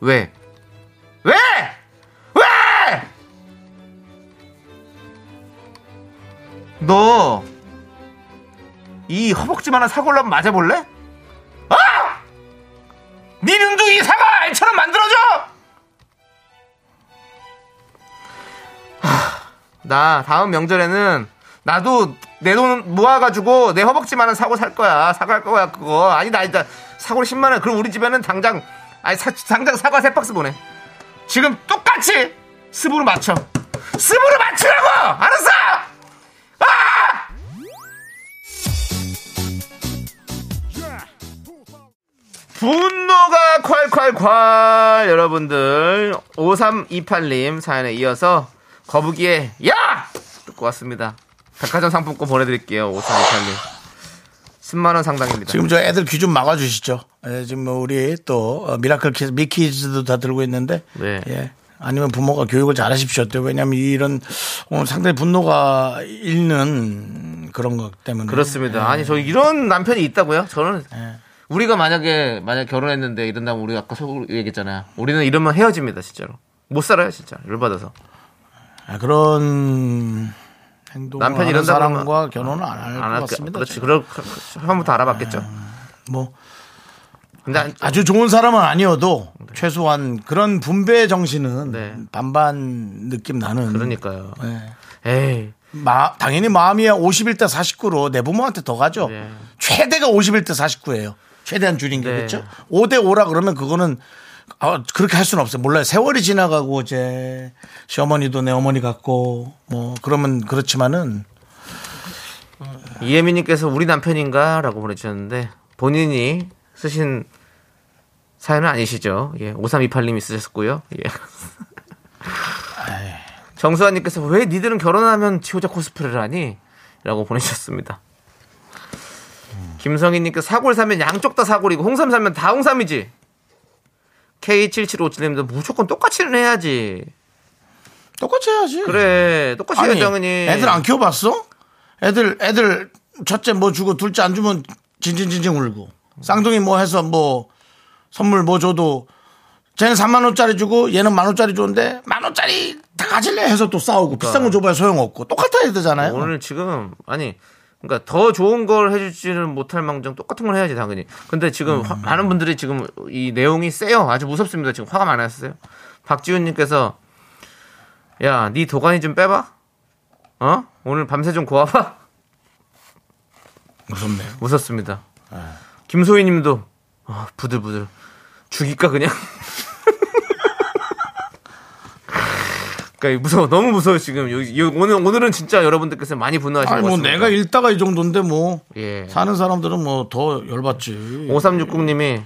C: 왜? 왜? 왜? 너, 이 허벅지만한 사골로 한번 맞아볼래? 아! 네 눈도 이 사과 알처럼 만들어줘! 하, 나, 다음 명절에는, 나도 내 돈 모아가지고 내 허벅지만한 사고 살 거야. 사과 할 거야, 그거. 아니, 나 일단 사고를 10만원. 그럼 우리 집에는 당장, 아니, 사- 당장 사과 세 박스 보내. 지금 똑같이 습으로 맞춰. 습으로 맞추라고! 알았어! 아! 분노가 콸콸콸 여러분들 5328님 사연에 이어서 거북이의 야 듣고 왔습니다 백화점 상품권 보내드릴게요 5328님 10만원 상당입니다
B: 지금 저 애들 귀 좀 막아주시죠. 예, 지금 뭐 우리 또 어, 미라클 키즈, 미키즈도 다 들고 있는데.
C: 네.
B: 예. 아니면 부모가 교육을 잘하십시오. 또 왜냐하면 이런 오늘 상당히 분노가 있는 그런 것 때문에
C: 그렇습니다 아니 저 이런 남편이 있다고요? 저는 우리가 만약에 만약 결혼했는데 이런다면 우리 아까 속으로 얘기했잖아요 우리는 이러면 헤어집니다 진짜로 못 살아요 진짜 열받아서
B: 아, 그런 행동 남편이
C: 남편이
B: 런
C: 이런다 그러면
B: 사람과 결혼을 안 할
C: 안
B: 것
C: 할게
B: 같습니다.
C: 그렇지 그럴 한번부터 알아봤겠죠
B: 뭐
C: 근데 안-
B: 아주 좋은 사람은 아니어도 최소한 그런 분배 정신은
C: 네.
B: 반반 느낌 나는
C: 그러니까요
B: 예.
C: 에이
B: 마, 당연히 마음이야 51대 49로 내 부모한테 더 가죠.
C: 네.
B: 최대가 51대 49예요. 최대한 줄인
C: 네.
B: 거겠죠. 5대 5라 그러면 그거는 아, 그렇게 할 수는 없어요. 몰라요. 세월이 지나가고 이제 시어머니도 내 어머니 같고 뭐 그러면 그렇지만은
C: 이혜미님께서 우리 남편인가라고 보내주셨는데 본인이 쓰신 사연은 아니시죠? 예, 5328님이 쓰셨고요. 예. 정수아님께서 왜 니들은 결혼하면 지호자 코스프레를 하니? 라고 보내주셨습니다. 김성희님께서 사골 사면 양쪽 다 사골이고 홍삼 사면 다 홍삼이지. K7757님도 무조건 똑같이는 해야지.
B: 똑같이 해야지.
C: 그래, 똑같이
B: 아니,
C: 해야지, 당연히.
B: 애들 안 키워봤어? 애들, 애들, 첫째 뭐 주고, 둘째 안 주면 징징징징 울고, 쌍둥이 뭐 해서 뭐, 선물 뭐 줘도, 쟤는 3만원짜리 주고, 얘는 만원짜리 줬는데, 만원짜리 다 가질래? 해서 또 싸우고, 비싼 거 줘봐야 소용없고, 똑같아야 되잖아요.
C: 그러니까. 뭐
B: 어.
C: 오늘 지금 아니 그러니까 더 좋은 걸 해주지는 못할 망정 똑같은 걸 해야지 당연히 근데
B: 음.
C: 지금 화- 많은 분들이 지금 이 내용이 세요 아주 무섭습니다 지금 화가 많았어요 박지훈님께서 야 네 도가니 좀 빼봐 어 오늘 밤새 좀 고아봐
B: 무섭네요.
C: 무섭습니다
B: 아.
C: 김소희님도 아, 부들부들 죽일까 그냥 그러니까 무서워 너무 무서워 지금 요- 요- 오늘 오늘은 진짜 여러분들께서 많이 분노하실
B: 아니,
C: 것
B: 뭐
C: 같습니다.
B: 내가 읽다가 이 정도인데, 뭐,
C: 예.
B: 사는 사람들은 뭐 더 열받지.
C: 5360님이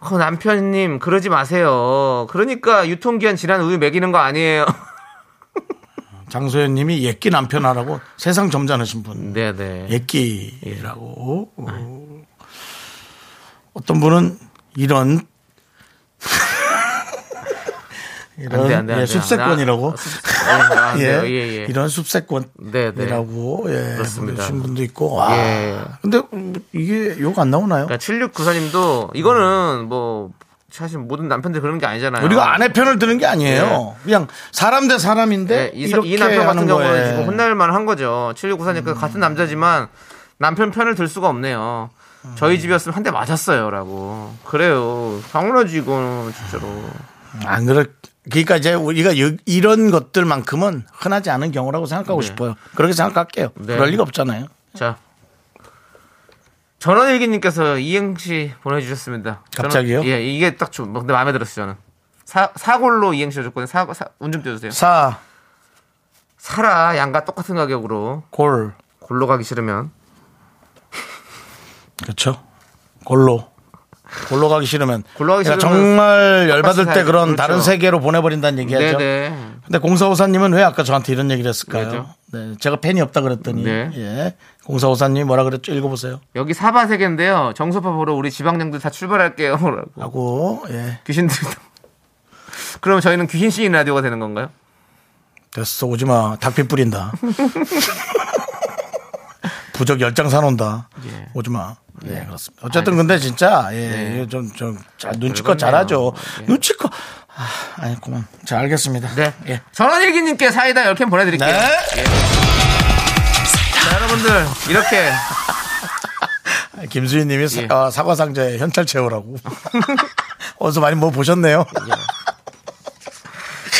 C: 어, 남편님 그러지 마세요. 그러니까 유통기한 지난 우유 먹이는 거 아니에요.
B: 장소연 님이 예끼 남편 하라고 세상 점잖으신 분.
C: 네네.
B: 예, 예끼라고. 어. 어떤 분은 이런 이런
C: 안 돼, 안 돼, 안
B: 예,
C: 돼.
B: 습세권이라고
C: 나- 습- 어, 아, 안
B: 예,
C: 돼요. 예, 예.
B: 이런 습세권이라고
C: 네, 네.
B: 예,
C: 그렇습니다.
B: 보내주신 분도 있고 와
C: 예.
B: 근데 음, 이게 욕 안 나오나요?
C: 그러니까 7694님도 이거는 뭐 사실 모든 남편들 그런 게 아니잖아요.
B: 우리가 아내 편을 드는 게 아니에요. 그냥 사람 대 사람인데
C: 네, 예. 이, 사-
B: 이렇게
C: 이 남편
B: 하는 음.
C: 같은 경우는
B: 거예요.
C: 지금 혼날만 한 거죠. 7694님께서 그 같은 남자지만 남편 편을 들 수가 없네요.
B: 음.
C: 저희 집이었으면 한 대 맞았어요. 라고. 그래요. 당연하지, 이거는 진짜로.
B: 안 그럴 그러니까 이제 우리가 여- 이런 것들만큼은 흔하지 않은 경우라고 생각하고 싶어요. 그렇게 생각할게요.
C: 네.
B: 그럴 리가 없잖아요.
C: 자. 전원일기님께서 이행시 보내주셨습니다. 저는-
B: 갑자기요?
C: 예, 이게 딱 좀, 근데 마음에 들었어요, 저는. 사, 사골로 이행시 해줬거든요. 사, 사, 운좀 띄워주세요.
B: 사,
C: 사라, 양과 똑같은 가격으로.
B: 골.
C: 골로 가기 싫으면.
B: 그렇죠. 골로. 골로 가기 싫으면.
C: 골로 가기
B: 그러니까
C: 싫으면
B: 정말 열받을
C: 사야
B: 때 그런
C: 그렇죠.
B: 다른 세계로 보내버린다는 얘기하죠.
C: 네네.
B: 근데 공사오사님은 왜 아까 저한테 이런 얘기를 했을까요?
C: 왜죠?
B: 네, 제가 팬이 없다 그랬더니.
C: 네.
B: 예. 공사오사님이 뭐라 그랬죠? 읽어보세요.
C: 여기 사바세계인데요. 정소파 보러 우리 지방령들 다 출발할게요. 라고.
B: 하고, 예.
C: 귀신들. 그럼 저희는 귀신 시인 라디오가 되는 건가요?
B: 됐어, 오지 마. 닭피 뿌린다. 부적 열 장 사놓는다.
C: 예.
B: 오지 마. 예, 그렇습니다. 아, 어쨌든 근데 진짜, 예, 이거 좀, 좀, 잘, 눈치껏 잘하죠. 눈치껏. 아, 아니, 그만. 자, 알겠습니다.
C: 네.
B: 예.
C: 전원일기님께 사이다 10캔 보내드릴게요.
B: 네.
C: 자, 여러분들, 이렇게.
B: 김수희 님이
C: 예.
B: 사과 상자에 현찰 채우라고. 어디서 많이 뭐 보셨네요.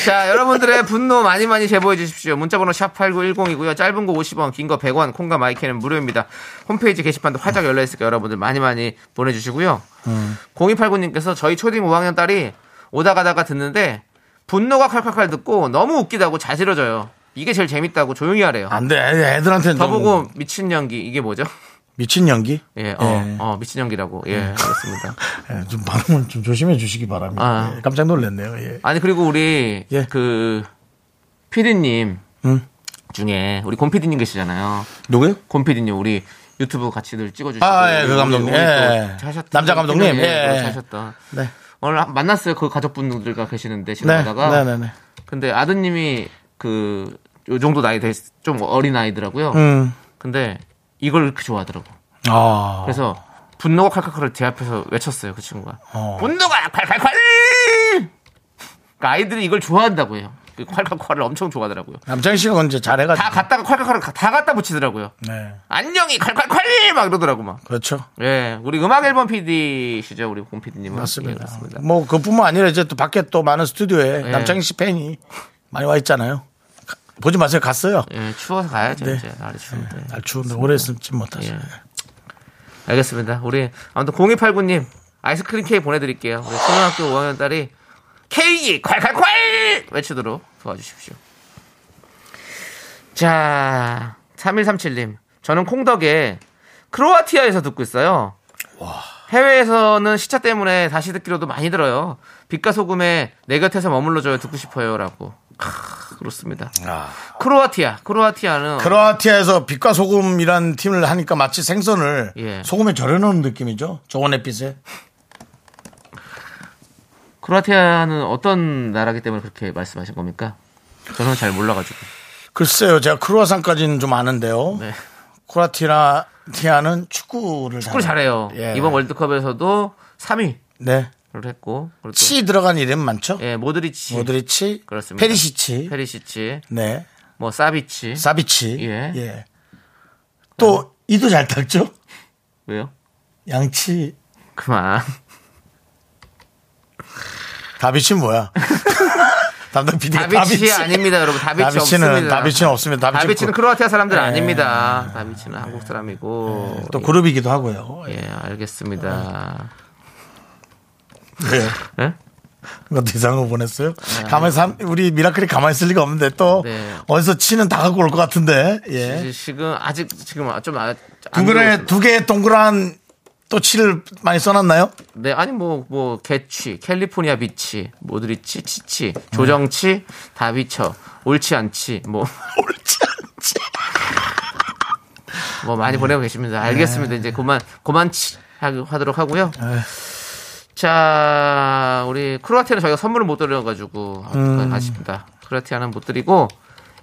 C: 자, 여러분들의 분노 많이 많이 제보해 주십시오. 문자번호 샵8910이고요. 짧은 거 50원, 긴 거 100원, 콩과 마이크는 무료입니다. 홈페이지 게시판도 활짝 열려있으니까 여러분들 많이 많이 보내주시고요. 0289님께서 저희 초딩 5학년 딸이 오다 가다가 듣는데 분노가 칼칼칼 듣고 너무 웃기다고
B: 아,
C: 자지러져요. 이게 제일 재밌다고 조용히 하래요.
B: 안 돼. 애들한테는
C: 저
B: 좀
C: 보고 미친 연기, 이게 뭐죠?
B: 미친 연기?
C: 예, 어, 어, 미친 연기라고. 예, 알겠습니다.
B: 예, 좀 발음을 좀 조심해 주시기 바랍니다.
C: 아.
B: 예, 깜짝 놀랐네요. 예.
C: 아니, 그리고 우리,
B: 예.
C: 그, 피디님
B: 음.
C: 중에, 우리 곰피디님 계시잖아요.
B: 누구요?
C: 곰피디님, 우리 유튜브 같이들 찍어주시고.
B: 아, 예, 그 감독님.
C: 우리 또
B: 예.
C: 하셨던
B: 남자 감독님.
C: 예,
B: 예.
C: 잘 하셨다.
B: 네.
C: 오늘 만났어요. 그 가족분들과 계시는데,
B: 네.
C: 지나가다가.
B: 네, 네, 네.
C: 근데 아드님이 그, 요 정도 나이 돼, 좀 어린 아이더라고요.
B: 음.
C: 근데 이걸 그렇게 좋아하더라고.
B: 아.
C: 그래서 분노가 칼칼칼을 제 앞에서 외쳤어요. 그 친구가.
B: 어.
C: 분노가 칼칼칼! 그러니까 아이들이 이걸 좋아한다고 해요. 그 칼칼칼을 엄청 좋아하더라고요.
B: 남창희 씨가 언제 잘해가지고.
C: 다 갔다가 칼칼칼을 가- 다 갖다 붙이더라고요.
B: 네.
C: 안녕이 칼칼칼! 막 이러더라고 막.
B: 그렇죠.
C: 예, 우리 음악 앨범 PD시죠, 우리 공 PD님은. 예,
B: 맞습니다.
C: 그렇습니다. 네.
B: 뭐 그뿐만 아니라 이제 또 밖에 또 많은 스튜디오에 남창희 씨 팬이 많이 와 있잖아요. 가- 보지 마세요. 갔어요.
C: 예, 추워서 가야죠,
B: 네.
C: 이제. 날이 추운데.
B: 날 추운데 오래 있지 못하죠.
C: 예. 알겠습니다. 우리 아무튼 0289님 아이스크림 케이크 보내드릴게요. 우리 초등학교 5학년 딸이 케이크 콸콸콸 외치도록 도와주십시오. 자, 3137님 저는 콩덕에 크로아티아에서 듣고 있어요. 해외에서는 시차 때문에 다시 듣기로도 많이 들어요. 빛과 소금에 내 곁에서 머물러줘요. 듣고 싶어요라고. 크, 그렇습니다. 크로아티아, 크로아티아는
B: 크로아티아에서 빛과 소금이란 팀을 하니까 마치 생선을
C: 예.
B: 소금에 절여놓은 느낌이죠. 저온 햇빛에.
C: 크로아티아는 어떤 나라기 때문에 그렇게 말씀하신 겁니까? 저는 잘 몰라가지고.
B: 글쎄요, 제가 크로아상까지는 좀 아는데요.
C: 네.
B: 크로아티아는 축구를
C: 축구를 잘해요.
B: 예.
C: 이번 월드컵에서도 3위를
B: 네.
C: 했고, 그리고 또
B: 치 들어간 이름 많죠?
C: 예, 모드리치,
B: 모드리치,
C: 그렇습니다.
B: 페리시치,
C: 페리시치,
B: 네,
C: 뭐 사비치.
B: 사비치.
C: 예. 아.
B: 예. 또 이도 잘 탔죠?
C: 왜요?
B: 양치.
C: 그만.
B: 다비치 뭐야? 담당 PD 가
C: 예, 다비치, 아닙니다, 여러분. 다비치
B: 다비치는-
C: 없습니다.
B: 다비치는 없습니다. 다비치는
C: 다비치는 크로아티아 사람들
B: 예.
C: 아닙니다. 다비치는 한국 사람이고.
B: 또 그룹이기도 하고요.
C: 예,
B: 예.
C: 알겠습니다.
B: 예.
C: 예?
B: 그것도 이상한 거 보냈어요. 가만히 삼, 우리 미라클이 가만히 있을 리가 없는데 또
C: 네.
B: 어디서 치는 다 갖고 올 것 같은데. 예.
C: 지- 지금 아직 지금 좀 아,
B: 두 개의 두 개의 동그란 또 치를 많이 써놨나요?
C: 네, 아니 뭐 뭐 개치, 캘리포니아 비치, 뭐 모드리치, 치치, 조정치, 다비처, 옳지 않지, 뭐 뭐
B: 옳지 않지.
C: 뭐 많이 보내고 계십니다. 알겠습니다. 이제 그만 그만 치 하- 하도록 하고요. 자, 우리 크로아티아는 저희가 선물을 못 드려가지고 아쉽다. 크로아티아는 못 드리고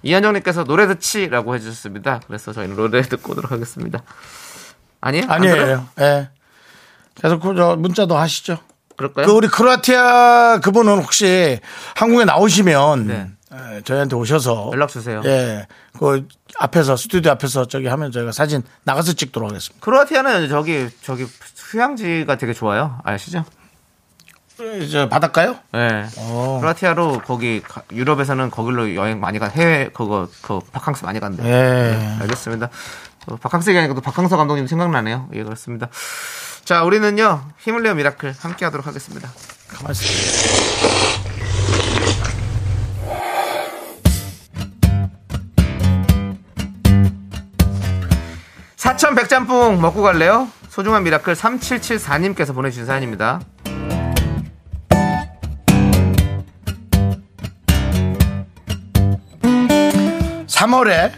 C: 이현정님께서 노래 듣지라고 해주셨습니다. 그래서 저희는 노래 듣고 오도록 하겠습니다. 아니에요? 안 그래요?
B: 아니에요. 예. 계속 그저 문자도 하시죠.
C: 그럴까요?
B: 그 우리 크로아티아 그분은 혹시 한국에 나오시면
C: 네.
B: 예, 저희한테 오셔서
C: 연락 주세요.
B: 예, 그 앞에서 스튜디오 앞에서 저기 하면 저희가 사진 나가서 찍도록 하겠습니다.
C: 크로아티아는 저기 저기 휴양지가 되게 좋아요. 아시죠?
B: 이제 바닷가요?
C: 예.
B: 어.
C: 크로아티아로 거기 가- 유럽에서는 거길로 여행 많이 가 해외 그거 그 바캉스 많이 간대.
B: 예.
C: 알겠습니다. 어, 바캉스 얘기하니까 또 박항서 감독님 생각나네요. 예, 그렇습니다. 자, 우리는요. 힘을 내어 미라클 함께 하도록 하겠습니다.
B: 가만히 있어.
C: 사천 백짬뽕 먹고 갈래요? 소중한 미라클 3774님께서 보내주신 사연입니다.
B: 삼월에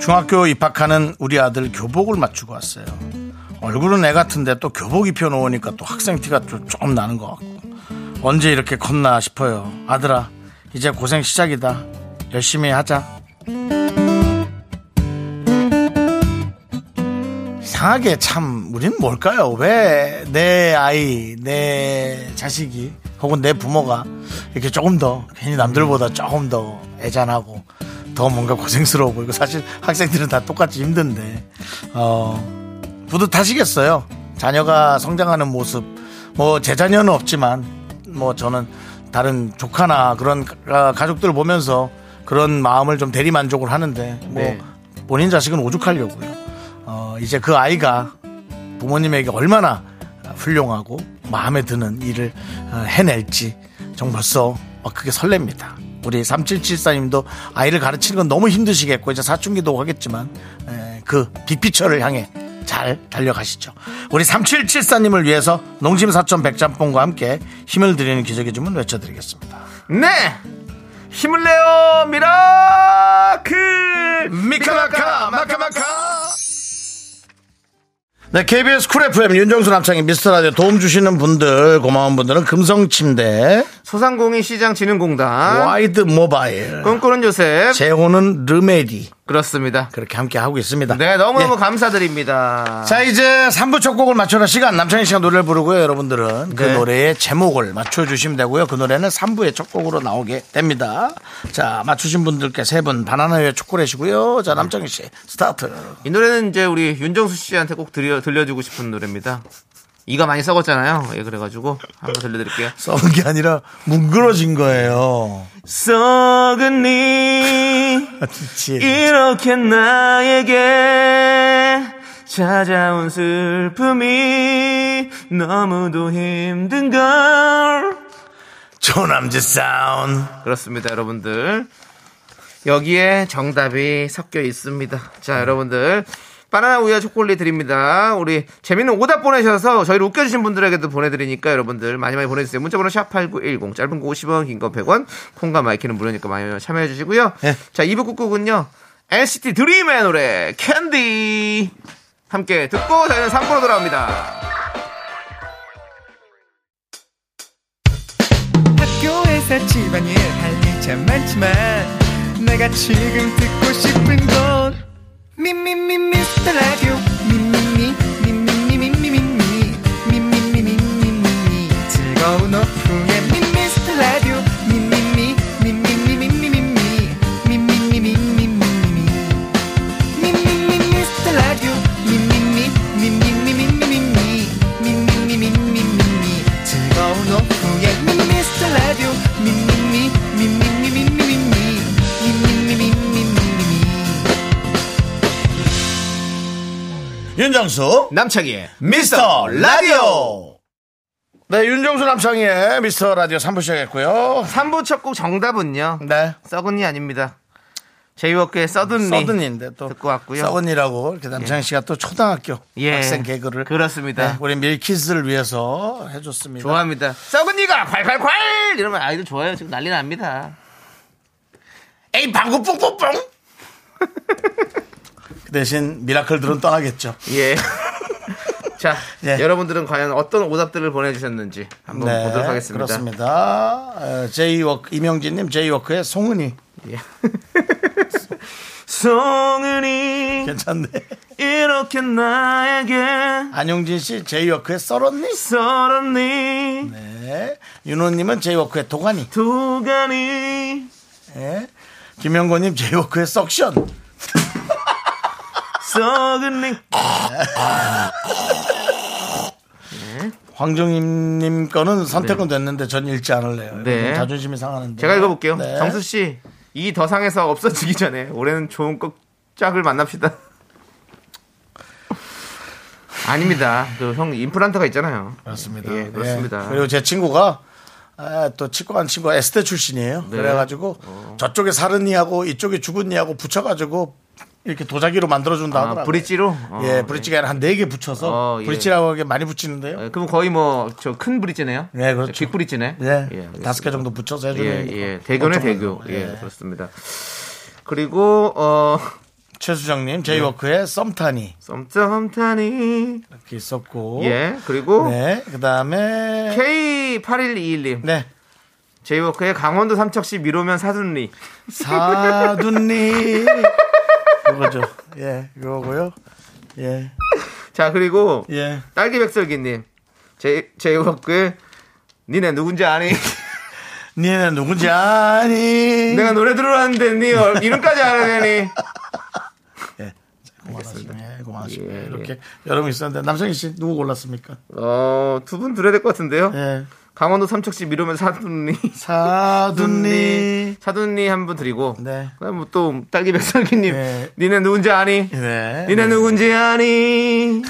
B: 중학교 입학하는 우리 아들 교복을 맞추고 왔어요. 얼굴은 애 같은데 또 교복 입혀 놓으니까 또 학생 티가 좀 조금 나는 것 같고 언제 이렇게 컸나 싶어요. 아들아 이제 고생 시작이다. 열심히 하자. 이상하게 참 우리는 뭘까요? 왜 내 아이, 내 자식이 혹은 내 부모가 이렇게 조금 더 괜히 남들보다 조금 더 애잔하고 더 뭔가 고생스러워 보이고 사실 학생들은 다 똑같이 힘든데 어 뿌듯하시겠어요. 자녀가 성장하는 모습 뭐 제 자녀는 없지만 뭐 저는 다른 조카나 그런 가- 가족들을 보면서 그런 마음을 좀 대리 만족을 하는데 뭐
C: 네.
B: 본인 자식은 오죽하려고요. 어, 이제 그 아이가 부모님에게 얼마나 훌륭하고 마음에 드는 일을 어, 해낼지 정말 벌써 어, 그게 설렙니다. 우리 3774님도 아이를 가르치는 건 너무 힘드시겠고 이제 사춘기도 하겠지만 에, 그 빅피처를 향해 잘 달려가시죠. 우리 3774님을 위해서 농심 사천 백짬뽕과 함께 힘을 드리는 기적의 주문 외쳐드리겠습니다.
C: 네! 힘을 내요, 미라클!
B: 미카마카 마카마카 네, KBS 쿨 FM 윤정수 남창희 미스터라디오 도움 주시는 분들 고마운 분들은 금성침대
C: 소상공인 시장 진흥공단.
B: 와이드 모바일
C: 꿈꾸는 요셉.
B: 재호는 르메디
C: 그렇습니다.
B: 그렇게 함께 하고 있습니다
C: 네, 너무너무
B: 예.
C: 감사드립니다.
B: 자 이제 3부 첫 곡을 맞춰라 시간 남창희 씨가 노래를 부르고요 여러분들은 그
C: 네.
B: 노래의 제목을 맞춰주시면 되고요 그 노래는 3부의 첫 곡으로 나오게 됩니다 자 맞추신 분들께 세 분 바나나의 초콜릿이고요 자 남창희 씨 스타트
C: 이 노래는 이제 우리 윤정수 씨한테 꼭 들려, 들려주고 싶은 노래입니다. 이가 많이 썩었잖아요. 예, 그래가지고 한번 들려드릴게요.
B: 썩은 게 아니라 뭉그러진 거예요.
C: 썩은 니
B: 그치.
C: 이렇게 나에게 찾아온 슬픔이 너무도 힘든 걸
B: 조남지 사운.
C: 그렇습니다 여러분들 여기에 정답이 섞여 있습니다 자 여러분들 바나나 우유와 초콜릿 드립니다 우리 재밌는 오답 보내셔서 저희를 웃겨주신 분들에게도 보내드리니까 여러분들 많이 많이 보내주세요 문자번호 샵8910 짧은 거 50원 긴 거 100원 콩과 마이키는 무료니까 많이 많이 참여해주시고요
B: 네.
C: 자 2부 꾹꾹은요 NCT 드림의 노래 캔디 함께 듣고 저희는 3부로 돌아옵니다
F: 학교에서 집안일 할 일 참 많지만 내가 지금 듣고 싶은 건 미미미 미스터 라디오 미미미 미미미미미미 미미미미미미 즐거운 오후에 미스터 라디오 미미미 미미미미미미 미미미미미미미 미미미 미스터 라디오 미미미 미미미미미미 미미미미미미 즐거운 오후에 미스터 라디오 미미미 미미미미미미 미미미미미미미
B: 윤정수.
C: 남창희의
B: 미스터 라디오. 네, 윤정수 남창희의 미스터 라디오 3부 시작했고요.
C: 3부 첫 곡 정답은요
B: 네.
C: 썩은이 아닙니다. 제이워크의 서든니.
B: 서든인데 또
C: 듣고 왔고요.
B: 서든이라고 이렇게 남창희 씨가 또 초등학교
C: 예.
B: 학생 개그를
C: 그렇습니다.
B: 네, 우리 밀키스를 위해서 해줬습니다.
C: 좋아합니다. 썩은이가 콸콸콸 이러면 아이들 좋아요. 지금 난리 납니다.
B: 에이 방구 뽕뽕뽕. 그 대신 미라클들은 떠나겠죠.
C: 예. 자,
B: 예.
C: 여러분들은 과연 어떤 오답들을 보내주셨는지 한번
B: 네,
C: 보도록 하겠습니다.
B: 그렇습니다. 어, 제이워크 이명진님 제이워크의 송은이
C: 예. 성은이
B: 괜찮네.
C: 이렇게 나에게
B: 안용진 씨 제이워크의 썰었니?
C: 썰었니
B: 네. 윤호님은 제이워크의 도가니.
C: 도가니
B: 네. 김영곤님 제이워크의 석션.
C: 썩은니
B: 황정임님 거는 선택은 됐는데 전 읽지 않을래요.
C: 네.
B: 요즘 자존심이 상하는데.
C: 제가 읽어볼게요.
B: 네.
C: 정수 씨, 이 더상에서 없어지기 전에 올해는 좋은 꼭 짝을 만납시다. 아닙니다. 그 형 임플란트가 있잖아요.
B: 그렇습니다.
C: 예, 그렇습니다.
B: 예. 그리고 제 친구가 아, 또 치과한 친구가 에스테 출신이에요.
C: 네.
B: 그래가지고 저쪽에 살은이하고 이쪽에 죽은이하고 붙여가지고 이렇게 도자기로 만들어준다
C: 아,
B: 하더라고요.
C: 브릿지로? 어,
B: 예, 브릿지가 아니라 한 네 개 붙여서
C: 어, 예.
B: 브릿지라고 하게 많이 붙이는데요.
C: 예, 그럼 거의 뭐 저 큰 브릿지네요.
B: 네, 그렇죠.
C: 빅 브릿지네.
B: 예,
C: 알겠습니다.
B: 다섯 개 정도 붙여서
C: 예,
B: 해주는
C: 예. 대교네
B: 어쩌면-
C: 대교. 예, 그렇습니다. 그리고 어
B: 최수정님
C: 네.
B: 제이워크의 썸타니
C: 썸썸타니
B: 이렇게 있었고
C: 예 그리고
B: 어? 네 그다음에
C: K8121님
B: 네
C: 제이워크의 강원도 삼척시 미로면 사둔리
B: 사둔니 그거죠 예 그거고요 예,
C: 자 그리고
B: 예예
C: 딸기 백설기님 제 제이워크 니네 누군지 아니?
B: 니는 누군지 아니
C: 내가 노래 들어왔는데 니 얼- 이름까지 알아내니?
B: 고맙습니다 예, 고맙습니다
C: 예,
B: 이렇게 여러분 있었는데 남성희 씨 누구 골랐습니까
C: 어두 분 들어야 될 것 같은데요.
B: 예
C: 강원도 삼척시 미루면 사둔니
B: 사둔니
C: 사둔니 한 분 드리고
B: 네.
C: 그다음 또 딸기 백설기님
B: 네.
C: 니네 누군지 아니?
B: 네
C: 니네 누군지 아니?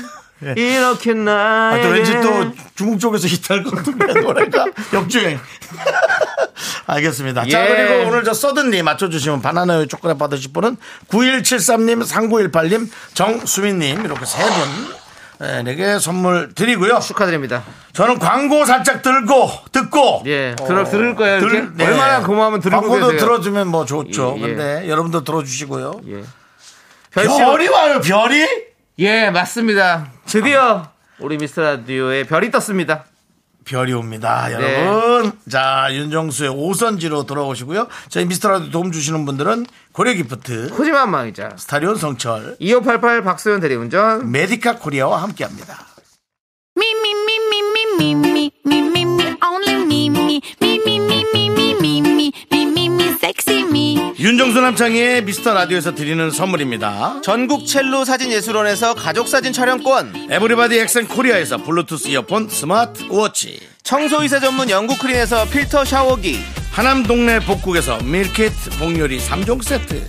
C: 이렇게
B: 아,
C: 나에게
B: 또 왠지
C: 예.
B: 또 중국 쪽에서 히트할 것 같은데 노래가 역주행. 알겠습니다. 자
C: 예.
B: 그리고 오늘 저 서든님 맞춰주시면 바나나의 초콜릿 받으실 분은 9173님, 3918님, 정수민님 이렇게 세분에게 선물 드리고요.
C: 축하드립니다.
B: 저는 광고 살짝 들고 듣고
C: 예, 들어 들을 거예요. 이렇게?
B: 들- 네.
C: 얼마나 고마우면 들을
B: 광고도
C: 거예요.
B: 들어주면 뭐 좋죠.
C: 예, 예.
B: 근데 여러분도 들어주시고요.
C: 예.
B: 별이 와요 별이.
C: 예, 맞습니다. 드디어 우리 미스터 라디오에 별이 떴습니다.
B: 별이 옵니다,
C: 네.
B: 여러분. 자, 윤정수의 오선지로 돌아오시고요. 저희 미스터라도 도움 주시는 분들은 고려기프트,
C: 코지마 망이자.
B: 스타리온 성철,
C: 2588 박소연 대리운전.
B: 메디카 코리아와 함께합니다.
E: Me, me, me, me, me, me, me, me, me, me, only me, me, me, me, me, me, me, me, me, me, me, me, sexy me.
B: 윤정수 남창의 미스터라디오에서 드리는 선물입니다.
C: 전국 첼로 사진 예술원에서 가족 사진 촬영권.
B: 에브리바디 엑센 코리아에서 블루투스 이어폰 스마트 워치.
C: 청소이사 전문 영국 크린에서 필터 샤워기.
B: 하남 동네 복국에서 밀키트 복요리 3종 세트.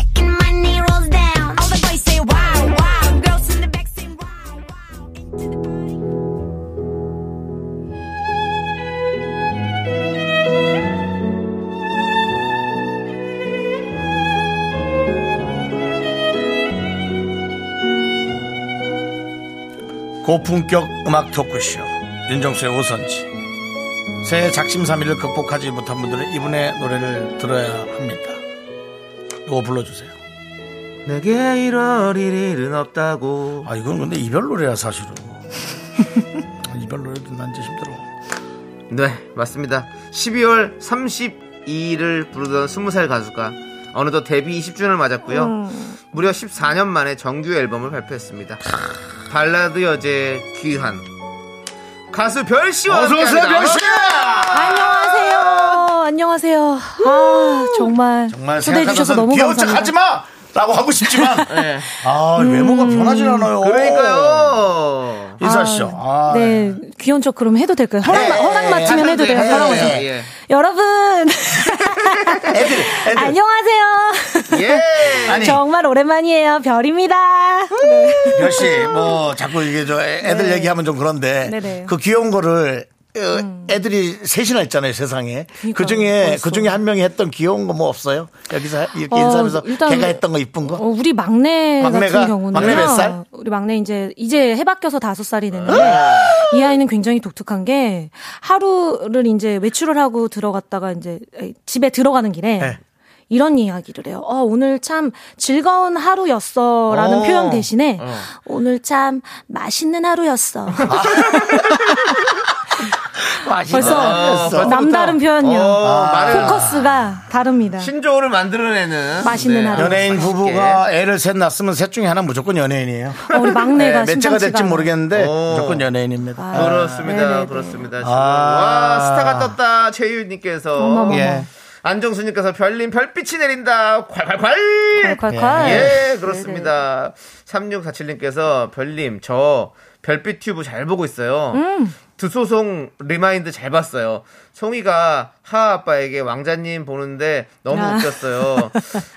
E: and my knee rolls down. All the boys say wow, wow. Girls in the back say wow, wow. Into the party.
B: 고품격 음악 토크쇼 윤정수의 오선지 새해 작심삼일을 극복하지 못한 분들은 이분의 노래를 들어야 합니다 이거 불러주세요
C: 내게 1월 1일은 없다고
B: 아 이건 근데 이별 노래야 사실은 이별 노래 듣는 난 진짜 힘들어
C: 네 맞습니다 12월 32일을 부르던 20살 가수가 어느덧 데뷔 20주년을 맞았고요
G: 음.
C: 무려 14년 만에 정규 앨범을 발표했습니다 발라드 여제 귀한 가수 별씨와
B: 어서오세요
C: 함께합니다.
B: 병씨
G: 안녕하세요. 안녕하세요. 아, 정말,
B: 정말
G: 초대해 주셔서
B: 생각하면서
G: 너무
B: 귀여운 척
G: 감사합니다.
B: 하지마 라고 하고 싶지만
C: 네,
B: 아 외모가
G: 음.
B: 변하진 않아요
C: 그러니까요
B: 인사하시죠 아,
G: 네, 귀여운 척 그럼 해도 될까요? 허락,
B: 네.
G: 허락 맞으면 해도 돼요.
B: 네.
G: 허락
B: 네.
G: 맞으면.
B: 네.
C: 예.
G: 여러분,
B: 애들 애들
G: 안녕하세요.
C: 예.
B: 아니 음.
G: 정말 오랜만이에요. 별입니다.
B: 별씨 뭐 자꾸 이게 저 애- 애들 얘기하면 좀 그런데
G: 네. 네네. 음.
B: 그 귀여운 거를 어, 애들이 셋이나 있잖아요 세상에
G: 그러니까요.
B: 그 중에
G: 벌써.
B: 그 중에 한 명이 했던 귀여운 거 뭐 없어요 여기서 이렇게 인사하면서
G: 일단
B: 걔가 했던 거 이쁜 거
G: 어, 우리 막내
B: 막내가?
G: 같은 경우는
B: 막내 몇 살?
G: 우리 막내 이제 이제 해바뀌어서 다섯 살이 됐는데 이 아이는 굉장히 독특한 게 하루를 이제 외출을 하고 들어갔다가 이제 집에 들어가는 길에
B: 네.
G: 이런 이야기를 해요. 어, 오늘 참 즐거운 하루였어라는
B: 어. 아.
G: 표현 대신에 오늘 참 맛있는 하루였어. 벌써
C: 벌써부터.
G: 남다른 표현이요.
C: 어, 말을
G: 포커스가 다릅니다.
C: 신조어를 만들어내는
G: 맛있는 하루.
B: 네. 연예인 부부가 애를 셋 낳았으면 셋 중에 하나 무조건 연예인이에요
G: 어, 우리 막내가
B: 네, 몇째가 될지
G: 심상치가 않아요.
B: 모르겠는데
C: 어.
B: 무조건 연예인입니다
C: 그렇습니다.
G: 네네네.
C: 그렇습니다. 지금.
B: 아.
C: 와, 스타가 떴다. 최유님께서.
G: 어머머머.
B: 예.
C: 안정수님께서 별님 별빛이 내린다. 콸콸콸!
G: 콸콸콸.
C: 예, 그렇습니다.
G: 네,
C: 3647님께서 별님, 저 별빛 튜브 잘 보고 있어요.
G: 음.
C: 드소송 리마인드 잘 봤어요. 송이가 하하 아빠에게 왕자님 보는데 너무
G: 아.
C: 웃겼어요.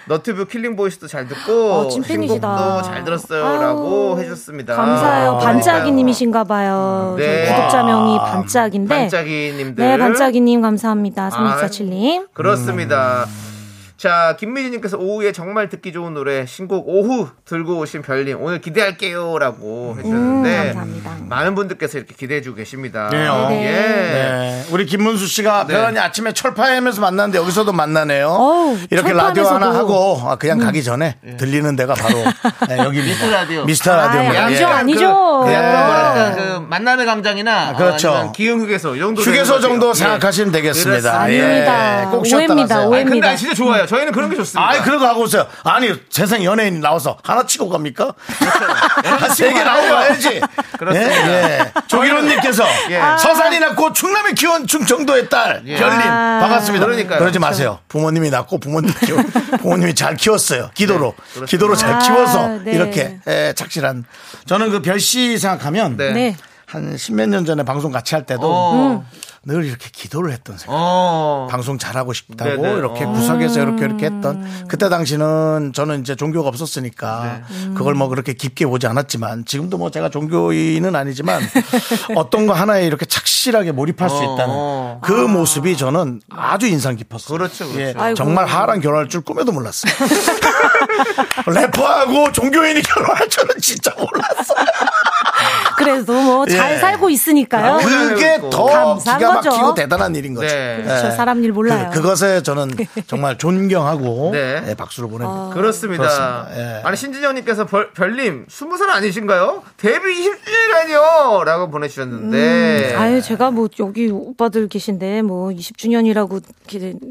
C: 너튜브 킬링보이스도 잘 듣고
G: 아, 찐팬이시다.
C: 신곡도 잘 들었어요.
G: 아유,
C: 라고 해주셨습니다.
G: 감사해요.
C: 그러니까요.
G: 반짝이님이신가 봐요.
C: 네.
G: 저희 구독자명이 반짝인데.
C: 반짝이님들.
G: 네, 반짝이님 감사합니다. 3647님.
C: 그렇습니다.
B: 음.
C: 자, 김미진님께서 오후에 정말 듣기 좋은 노래 신곡 오후 들고 오신 별님 오늘
B: 음,
C: 기대할게요라고 해주셨는데
G: 감사합니다.
C: 많은 분들께서 이렇게 기대해주고 계십니다.
B: 네요.
G: 네.
C: 예.
B: 네. 우리 김문수 씨가
C: 네.
B: 배란이 아침에 철파엠에서 만났는데 여기서도 만나네요.
G: 어우,
B: 이렇게 라디오
G: 철파엠에서도. 음.
B: 하나 하고 아, 그냥 가기 전에 들리는 데가 바로 네, 여기입니다.
C: 예. 미스터 라디오.
B: 미스터
G: 아이,
B: 라디오입니다.
G: 아니죠,
B: 예.
C: 약간
G: 아니죠.
C: 그,
B: 네.
C: 그 약간
E: 예.
C: 뭐랄까, 그 만남의 광장이나 어,
B: 아, 그렇죠.
C: 아니면 기흥 휴게소 이 정도
B: 휴게소
C: 되는 것
B: 정도
C: 같아요. 예.
B: 생각하시면 되겠습니다.
C: 그렇습니다.
B: 예.
G: 아닙니다.
B: 꼭 쉬었다
G: 오해입니다,
B: 가세요.
G: 오해.
C: 아니, 근데
G: 됩니다.
C: 진짜 좋아요.
E: 저희는 그런 게 좋습니다.
B: 음. 아이 그러고 하고 오세요. 아니 세상 연예인 나와서 하나 치고 갑니까? 세개 나오고 가야지.
E: 그렇습니다.
B: 예, 예. 조기론님께서
E: 예.
B: 서산이 낳고 충남의 기원 충청도의 딸
E: 예.
B: 별님 반갑습니다.
E: 그러니까요.
B: 그러지 마세요. 부모님이 낳고 부모님 키워 부모님이 잘 키웠어요. 기도로
E: 네, 그렇습니다.
B: 기도로 잘
G: 아,
B: 키워서
G: 네.
B: 이렇게 예, 착실한. 저는 그 별씨 생각하면
E: 네.
G: 네.
B: 한 십몇 년 전에 방송 같이 할 때도
E: 어.
C: 음.
B: 늘 이렇게 기도를 했던 생각.
E: 어.
B: 방송 잘하고 싶다고
E: 네네.
B: 이렇게
E: 어. 음.
B: 구석에서 이렇게 이렇게 했던 그때 당시는 저는 이제 종교가 없었으니까
E: 네.
B: 그걸 뭐 그렇게 깊게 보지 않았지만 지금도 뭐 제가 종교인은 아니지만 어떤 거 하나에 이렇게 착실하게 몰입할 수
E: 어,
B: 있다는
E: 어.
B: 그 모습이 저는 아주 인상 깊었어요.
E: 그렇죠, 그렇죠.
B: 예,
G: 아이고.
B: 정말 하랑 결혼할 줄 꿈에도 몰랐어요. 래퍼하고 종교인이 결혼할 줄은 진짜 몰랐어요.
G: 그래도 뭐 잘
B: 예.
G: 살고 있으니까요.
B: 그게
E: 그렇고.
B: 더
G: 감사한
B: 기가
G: 거죠.
B: 막히고 대단한 일인 거죠.
E: 네.
G: 그렇죠. 사람 일 몰라요. 네.
B: 그, 것에 저는 정말 존경하고
E: 네.
B: 예, 박수를 보냅니다.
E: 그렇습니다.
B: 그렇습니다. 예.
E: 아니 신진영님께서 벌, 별님 스무 살 아니신가요? 데뷔 20주년이라고 보내주셨는데
G: 아유, 제가 뭐 여기 오빠들 계신데 뭐 20주년이라고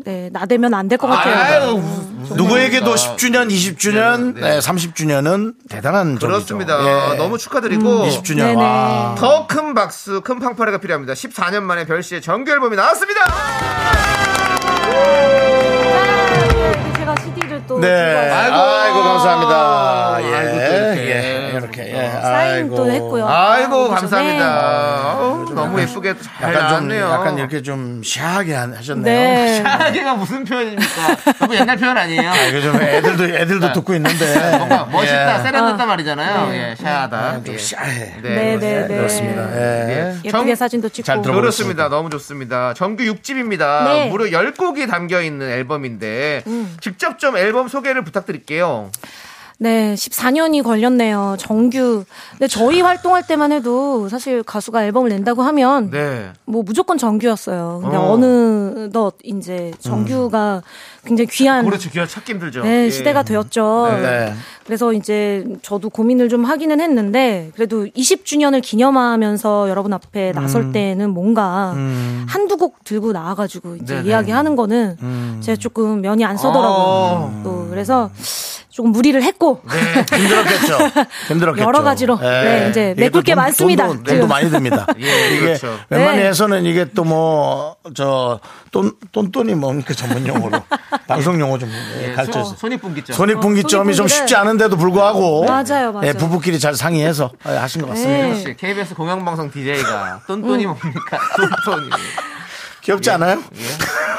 G: 네, 나대면 안 될 것 같아요.
E: 아유,
B: 음. 누구에게도
E: 정말.
B: 10주년, 20주년,
E: 네, 네.
B: 30주년은 대단한
E: 그렇습니다. 아,
B: 점이죠. 예.
E: 너무 축하드리고
B: 20주년. 아.
G: 네네.
B: 와.
E: 더 큰 박수, 큰 팡파레가 필요합니다. 14년 만에 별씨의 정규 앨범이 나왔습니다.
G: 아, 제가 CD를 또
B: 네.
G: 들고 와서
B: 아이고, 감사합니다. 예.
E: 아이고, 또 이렇게. 어,
B: 예. 이렇게. 예.
G: 사인도 했고요.
E: 아이고
G: 그래서, 네.
E: 감사합니다. 어우, 너무 예쁘게
B: 아,
E: 잘
B: 약간 좀
E: 나왔네요.
B: 약간 이렇게 좀 시하게 하- 하셨네요.
G: 네.
E: 하게가 무슨 표현입니까? 너무 옛날 표현 아니에요.
B: 요즘 애들도 애들도 듣고 있는데
E: 네. 뭔가 멋있다,
B: 예. 네.
E: 세련됐다 말이잖아요. 예, 샤하다.
B: 좀
E: 예.
B: 시아해.
G: 네, 네, 네.
B: 그렇습니다. 예.
E: 예.
G: 예쁘게
E: 정-
G: 사진도 찍고.
B: 잘 들어보고
E: 그렇습니다. 너무 좋습니다. 정규 6집입니다.
G: 네. 음.
E: 무려 10곡이 담겨 있는 앨범인데 직접 좀 앨범 소개를 부탁드릴게요.
G: 네, 14년이 걸렸네요. 정규. 근데 저희 활동할 때만 해도 사실 가수가 앨범을 낸다고 하면
E: 네.
G: 뭐 무조건 정규였어요. 근데
E: 어.
G: 어. 느덧 이제 정규가 굉장히 귀한
E: 그렇죠. 귀가 찾기 힘들죠.
G: 네,
E: 예.
G: 시대가 되었죠.
B: 네.
G: 그래서 이제 저도 고민을 좀 하기는 했는데 그래도 20주년을 기념하면서 여러분 앞에
B: 음.
G: 나설 때는 뭔가 한두 곡 들고 나와가지고 이제
E: 네네.
G: 이야기하는 거는
B: 음.
G: 제가 조금 면이 안 서더라고요.
E: 어.
G: 또 그래서 조금 무리를 했고
B: 네, 힘들었겠죠. 힘들었겠죠. 예.
G: 여러 가지로. 네, 이제
B: 이게
G: 메꿀
B: 또
G: 게
B: 돈-
G: 많습니다.
B: 돈도, 돈도
G: 지금.
B: 많이 듭니다.
E: 예,
B: 이게
E: 그렇죠.
B: 웬만히
G: 네.
B: 해서는 이게 또 뭐 저 돈 돈돈이 뭡니까 전문 용어로
G: 예.
B: 방송 용어 좀
E: 예,
B: 가르쳐
E: 손-
B: 주세요.
E: 손익분기점.
B: 손익분기점이 좀
G: 손익분기를- 네,
B: 쉽지 않은데도 불구하고
G: 맞아요, 맞아요.
B: 예, 부부끼리 잘 상의해서 예, 하신 것 같습니다.
G: 네. 음.
E: 역시 KBS 공영방송 DJ가 똔똔이 뭡니까? 똔똔이.
B: 귀엽지
G: 예.
B: 않아요?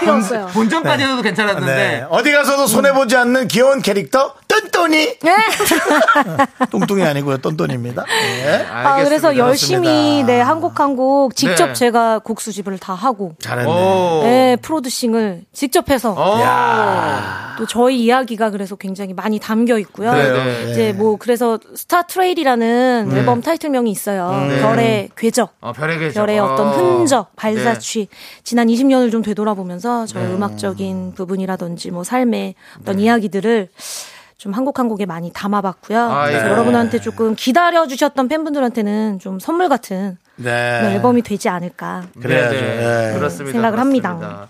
G: 귀여웠어요.
E: 본전까지 해도
B: 네.
E: 괜찮았는데.
B: 어디 가서도 손해 보지 않는 귀여운 캐릭터 똔똔이
G: 네.
B: 뚱뚱이 아니고요 똔똔입니다. 예.
G: 아, 그래서
E: 알겠습니다.
G: 열심히 네, 한 곡 한 곡 직접
E: 네.
G: 제가 곡 수집을 다 하고
B: 잘했네.
E: 오. 어.
G: 네, 프로듀싱을 직접
B: 어.
G: 해서
E: 오.
B: 아,
G: 또 저희 이야기가 그래서 굉장히 많이 담겨 있고요.
E: 네네.
G: 이제 뭐 그래서 스타 트레일이라는 앨범 타이틀명이 있어요. 별의 궤적.
E: 어, 별의 계절.
G: 별의 어떤 흔적,
E: 네.
G: 발자취, 지난 20년을 좀 되돌아보면서 저의 음악적인 부분이라든지 뭐 삶의 어떤 이야기들을 좀 한 곡 한 곡에 많이 담아봤고요.
E: 아,
G: 그래서
E: 예.
G: 여러분한테 조금 기다려주셨던 팬분들한테는 좀 선물 같은
B: 네.
G: 그런 앨범이 되지 않을까.
B: 그래야죠.
E: 네네.
B: 예.
E: 그렇습니다.
G: 생각을 합니다.
E: 그렇습니다.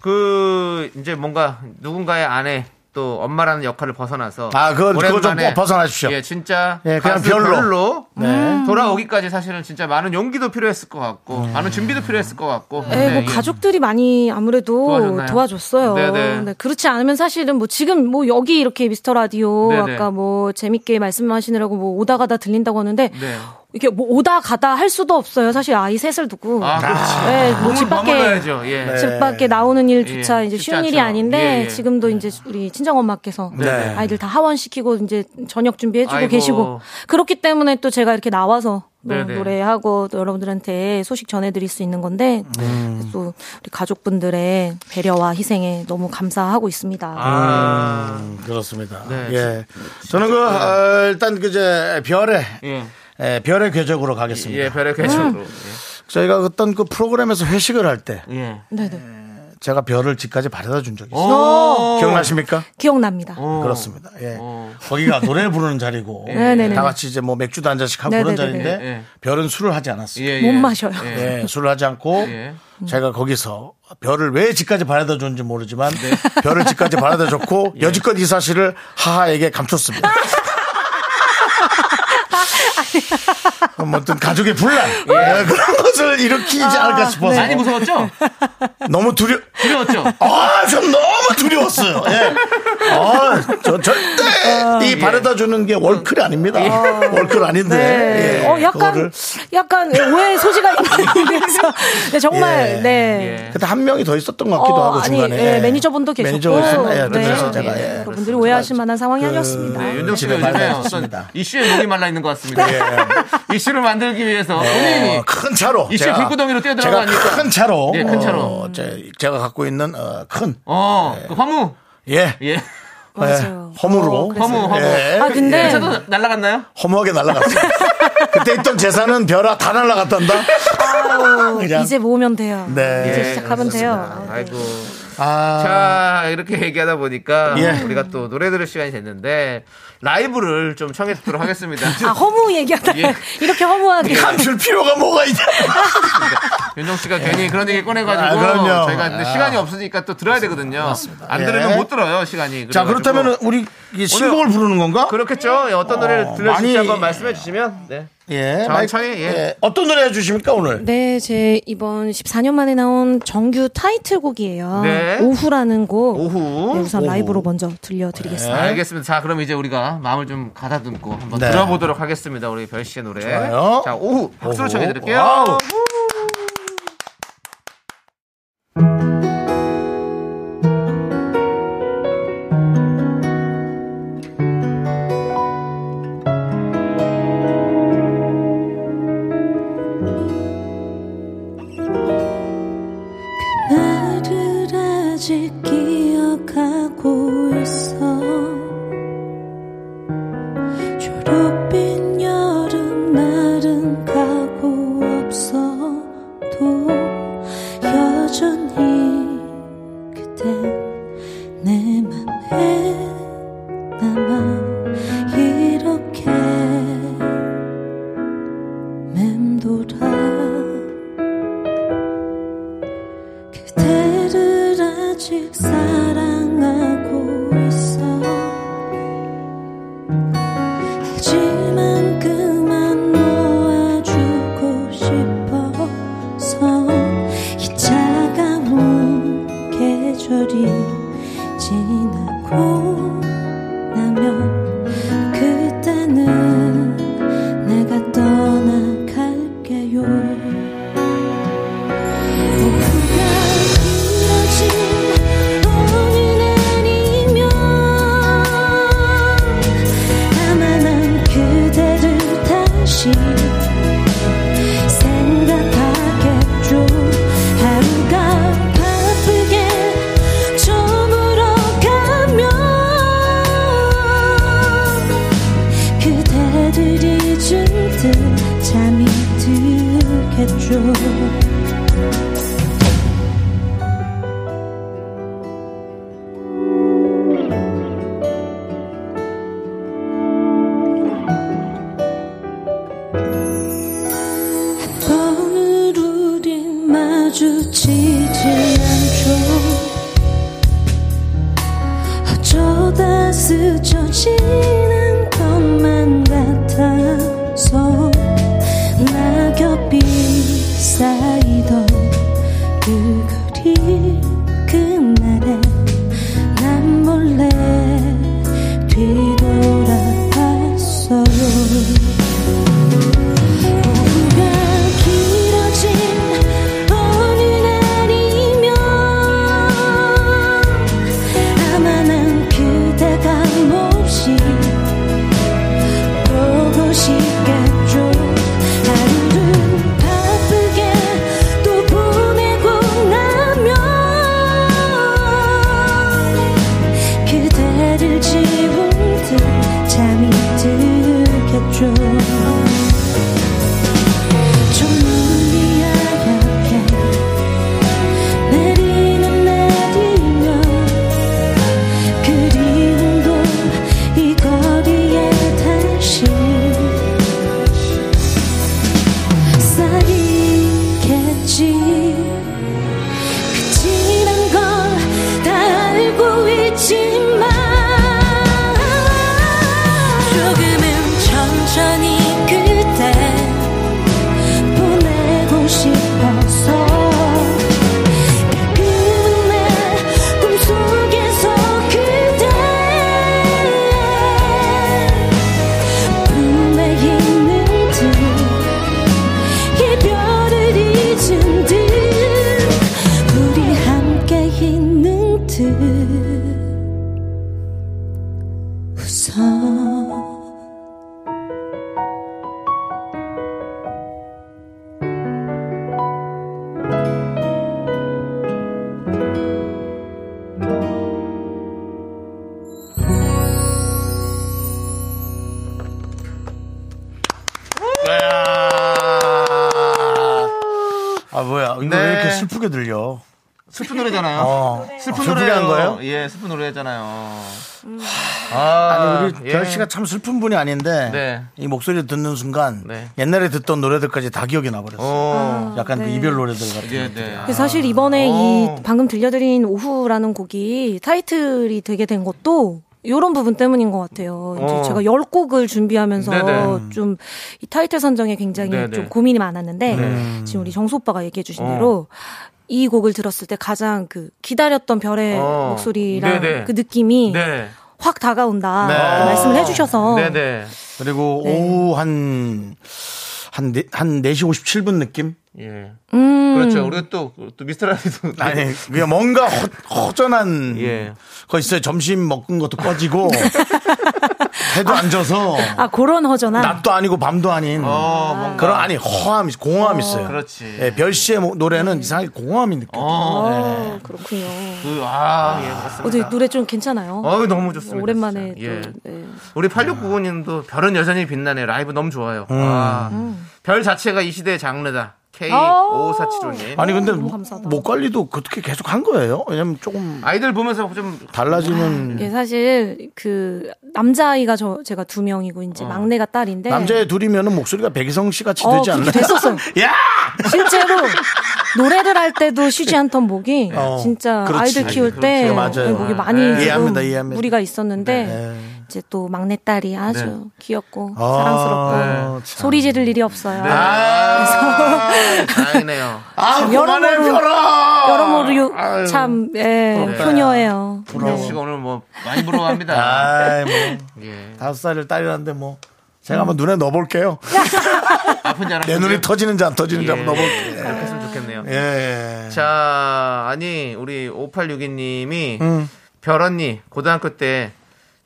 E: 그 이제 뭔가 누군가의 아내 또 엄마라는 역할을 벗어나서
B: 아, 그건- 그거 좀
E: 오랜만에
B: 벗어나십시오.
E: 예, 진짜
B: 예, 그냥
E: 가수
B: 별로. 네.
E: 별로 음. 돌아오기까지 사실은 진짜 많은 용기도 필요했을 것 같고
B: 음.
E: 많은 준비도 필요했을 것 같고.
G: 네,
E: 네,
G: 뭐
E: 이-
G: 가족들이 많이 아무래도
E: 도와줬나요?
G: 어요
E: 네네.
G: 그렇지 않으면 사실은 뭐 지금 뭐 여기 이렇게 미스터 라디오
E: 네네.
G: 아까 뭐 재밌게 말씀하시느라고 뭐 오다 가다 들린다고 하는데
E: 네.
G: 이게 뭐 오다 가다 할 수도 없어요. 사실 아이 셋을 두고
E: 아, 그렇지.
G: 네, 뭐
E: 몸을
G: 집 밖에
E: 머물러야죠. 예.
B: 네.
G: 집 밖에 나오는 일조차
E: 예,
G: 이제
E: 쉽지
G: 쉬운 일이
E: 않죠.
G: 아닌데
E: 예, 예.
G: 지금도 이제 우리 친정 엄마께서
E: 네.
G: 아이들 다 하원 시키고 이제 저녁 준비해주고
E: 아이고.
G: 계시고 그렇기 때문에 또 제가 이렇게 나와서 또
E: 네네.
G: 노래하고 또 여러분들한테 소식 전해드릴 수 있는 건데
B: 음.
G: 그래서 또 우리 가족분들의 배려와 희생에 너무 감사하고 있습니다.
E: 아,
B: 음, 그렇습니다.
E: 네,
B: 예. 저는 그, 어, 일단 그, 이제, 별의,
E: 예.
B: 예, 별의 궤적으로 가겠습니다.
E: 예, 별의
G: 음.
E: 계절로.
B: 저희가 어떤 그 프로그램에서 회식을 할 때,
E: 예. 예.
G: 네네
B: 제가 별을 집까지 바래다 준 적이 있어요.
E: 오.
B: 기억나십니까?
G: 기억납니다.
E: 오.
B: 그렇습니다. 예.
E: 어.
B: 거기가 노래 부르는 자리고,
G: 네네네.
B: 다 같이 이제 뭐 맥주도 한 잔씩 하고 그런
G: 네네네네.
B: 자리인데,
E: 예, 예.
B: 별은 술을 하지 않았어요.
E: 예, 예.
G: 못 마셔요.
E: 예.
B: 예, 술을 하지 않고,
E: 예.
B: 제가 거기서 별을 왜 집까지 바래다 줬는지 모르지만 별을 집까지 바래다 줬고 여지껏 이 사실을 하하에게 감췄습니다. 뭐 어떤 가족의 분란 예, 그런 것을 일으키지 않을까 싶어서
E: 많이 무서웠죠?
B: 너무 두려
E: 두려웠죠?
B: 아, 전 너무 두려웠어요. 예. 아, 저 절대 이 바래다 주는 게 월클이 아닙니다. 월클 아닌데.
G: 네.
B: 예.
G: 어, 약간,
B: 그거를.
G: 약간 오해의 소지가 있는데서 네, 정말,
B: 예.
G: 네.
B: 근데 한 명이 더 있었던 것 같기도
G: 어,
B: 하고 중간에.
G: 아니, 예, 매니저분도 계셨고.
B: 매니저가 있었나요?
G: 네.
B: 그래서
G: 네.
B: 제가 예.
G: 여러분들이 오해하실 만한 상황이 아니었습니다.
E: 네, 윤정 씨가
B: 집에
E: 요즘에
B: 말라야
E: 어떤
B: 좋습니다. 네.
E: 이슈에 목이 말라 있는 것 같습니다. 이슈를 만들기 위해서 본인이
B: 어, 큰 차로
E: 이씨
B: 제가-
E: 불구덩이로
B: 제가
E: 뛰어들어가니까.
B: 큰 차로
E: 예, 큰 차로.
B: 어, 제, 제가 갖고 있는 어, 큰
E: 어, 그 허무.
B: 예,
E: 예.
G: 네. 맞아요.
B: 예, 허무로
G: 어, 그래서-
E: 허무, 허무.
B: 예,
G: 아, 근데
B: 예,
E: 차도 날아갔나요?
B: 허무하게 날라갔어요. 그때 있던 재산은 벼락 다 날라갔단다. 그냥
G: 이제 모으면 돼요.
B: 네.
G: 이제
B: 예,
G: 시작하면 돼요. 네.
E: 아이고.
B: 아,
E: 자, 이렇게 얘기하다 보니까
B: 예.
E: 우리가 또 노래 들을 시간이 됐는데 라이브를 좀 청해 듣도록 하겠습니다.
G: 아, 허무 얘기하다.
E: 예.
G: 이렇게 허무하게.
B: 감출 필요가 뭐가 있냐?
E: 윤정 씨가 괜히 그런 얘기 꺼내가지고
B: 아, 그럼요.
E: 저희가 근데
B: 아.
E: 시간이 없으니까 또 들어야 되거든요. 안
B: 예.
E: 들으면 못 들어요 시간이.
B: 자,
E: 그래가지고.
B: 그렇다면 우리 이 신곡을 부르는 건가?
E: 그렇겠죠. 예, 어떤
B: 어,
E: 노래를 들려주실지
B: 많이-
E: 한번 말씀해 주시면. 네.
B: 예,
E: 천천히,
B: 마이크-
E: 예.
B: 어떤 노래 해주십니까 오늘?
G: 네, 제 이번 14년 만에 나온 정규 타이틀곡이에요.
E: 네.
G: 오후라는 곡.
E: 오후.
G: 네, 우선 라이브로 먼저 들려드리겠습니다.
E: 네. 알겠습니다. 자, 그럼 이제 우리가 마음을 좀 가다듬고 한번
B: 네.
E: 들어보도록 하겠습니다. 우리 별 씨의 노래.
B: 좋아요.
E: 자, 오후 박수로
B: 오후.
E: 청해
B: 와우.
E: 드릴게요.
G: 나를 아직 기억하고 있어 초록빛 여름 날은 가고 없어도 여전히 그댄 내 맘에 남아 이렇게 맴돌아 그대를 아직 사랑하고 있어 하지만 그만 놓아주고 싶어서 이 차가운 계절이 지나고 나면 그때는 내가 떠나갈게요 오후가 길어진 어느 날이면 아마 난 그대를 다시 생각하겠죠 하루가 바쁘게 저물어가면 그대를 잊은 듯 잠이 들겠죠 오늘 우린 마주치지 않죠 어쩌다 스쳐지는 것만 같아서 낙엽이 쌓이던 그 거리 그날에 난 몰래 뒤돌아봤어요 오후가 길어진 어느 날이면 아마 난 그대가 몹시 보고 싶겠죠 하루를 바쁘게 또 보내고 나면 그대를 지운 듯 잠이 들겠죠 저 눈이 하얗게 내리는 날이면 그리움도 이 거리에 다시 쌓이겠지 그치
H: 선
B: 아 뭐야 이거
E: 네.
B: 왜 이렇게 슬프게 들려?
E: 슬픈 노래잖아요.
B: 어.
E: 슬픈
B: 슬프게
E: 노래예요.
B: 한 거예요?
E: 예, 슬픈 노래잖아요. 아,
B: 아니 우리
E: 예.
B: 결 씨가 참 슬픈 분이 아닌데
E: 네.
B: 이 목소리 듣는 순간
E: 네.
B: 옛날에 듣던 노래들까지 다 기억이 나버렸어. 요
E: 어.
B: 약간 그
G: 네.
B: 이별 노래들 같은.
E: 예,
B: 거.
E: 네.
G: 그래서 사실 이번에
E: 어.
G: 이 방금 들려드린 오후라는 곡이 타이틀이 되게 된 것도 이런 부분 때문인 것 같아요. 이제
E: 어.
G: 제가 열 곡을 준비하면서
E: 네네.
G: 좀 이 타이틀 선정에 굉장히
E: 네네. 네. 어.
G: 좀 고민이 많았는데 지금 우리 정수 오빠가 얘기해 주신 대로 이 곡을 들었을 때 가장 그 기다렸던 별의
E: 어.
G: 목소리랑
E: 네네.
G: 그 느낌이
E: 네.
G: 확 다가온다
B: 네.
G: 그 말씀을 해주셔서
E: 네, 네.
B: 그리고 오후 한. 한, 네, 한 4시 57분 느낌?
E: 예.
G: 음,
E: 그렇죠. 우리가 또, 또 미스터라디도.
B: 아니, 그냥 뭔가 허, 전한
E: 예.
B: 거 있어요. 점심 먹은 것도 꺼지고, 해도 안 져서,
G: 아 그런 허전한
B: 낮도 아니고 밤도 아닌,
E: 어, 뭔가.
B: 그런, 아니, 허함이, 공허함이 있어요.
E: 그렇지.
B: 예, 별 씨의 모- 노래는 이상하게 공허함이 느껴.
G: 아,
E: 어,
G: 그렇군요.
E: 그, 아, 예, 맞습니다.
G: 어제 노래 좀 괜찮아요?
E: 어, 너무 좋습니다.
G: 오랜만에 또
E: 진짜. 예.
G: 네.
E: 우리 8699님도 별은 여전히 빛나네. 라이브 너무 좋아요. 아,
G: 음.
E: 별 자체가 이 시대의
G: 어.
E: 장르다. K5477님.
B: 아니, 근데
G: 너무
B: 목-
G: 감사하다.
B: 목 관리도 그렇게 계속 한 거예요? 왜냐면 조금
E: 아이들 보면서 좀
B: 달라지는.
G: 이게 사실 그 남자아이가 저 제가 두 명이고 이제 막내가 딸인데
B: 어. 남자의 둘이면은 목소리가 백이성 씨 같이
G: 네. 어,
B: 되지 않나?
G: 그렇게 됐었어요.
B: 야!
G: 실제로 노래를 할 때도 쉬지 않던 목이
B: 어,
G: 진짜
B: 그렇지.
G: 아이들 키울
B: 그렇지.
G: 때
B: 맞아요.
G: 목이 많이
B: 네.
G: 좀
B: 이해합니다, 이해합니다. 네.
G: 무리가 있었는데 이제 또 막내 딸이 아주 귀엽고
B: 네.
G: 사랑스럽고 소리 지를 일이 없어요.
E: 아, 다행이네요.
B: 아, 그만해,
G: 여러모로-
B: 펴라!
G: 여러모로
B: 아유.
G: 참 예,
E: 부럽다.
G: 효녀예요.
E: 김경 씨가 오늘 뭐 많이
G: 네.
E: 부러워합니다.
B: 아이, 뭐.
E: 예.
B: 다섯 살을 딸이라는데 뭐. 제가 한번 눈에 넣어볼게요.
E: 아픈 지 않았어요.
B: 내 눈이 터지는지 안 터지는지 한번
G: 예.
B: 넣어볼게요.
E: 그렇게 했으면 좋겠네요.
B: 예.
E: 자, 아니, 우리 5862님이
B: 음.
E: 별 언니, 고등학교 때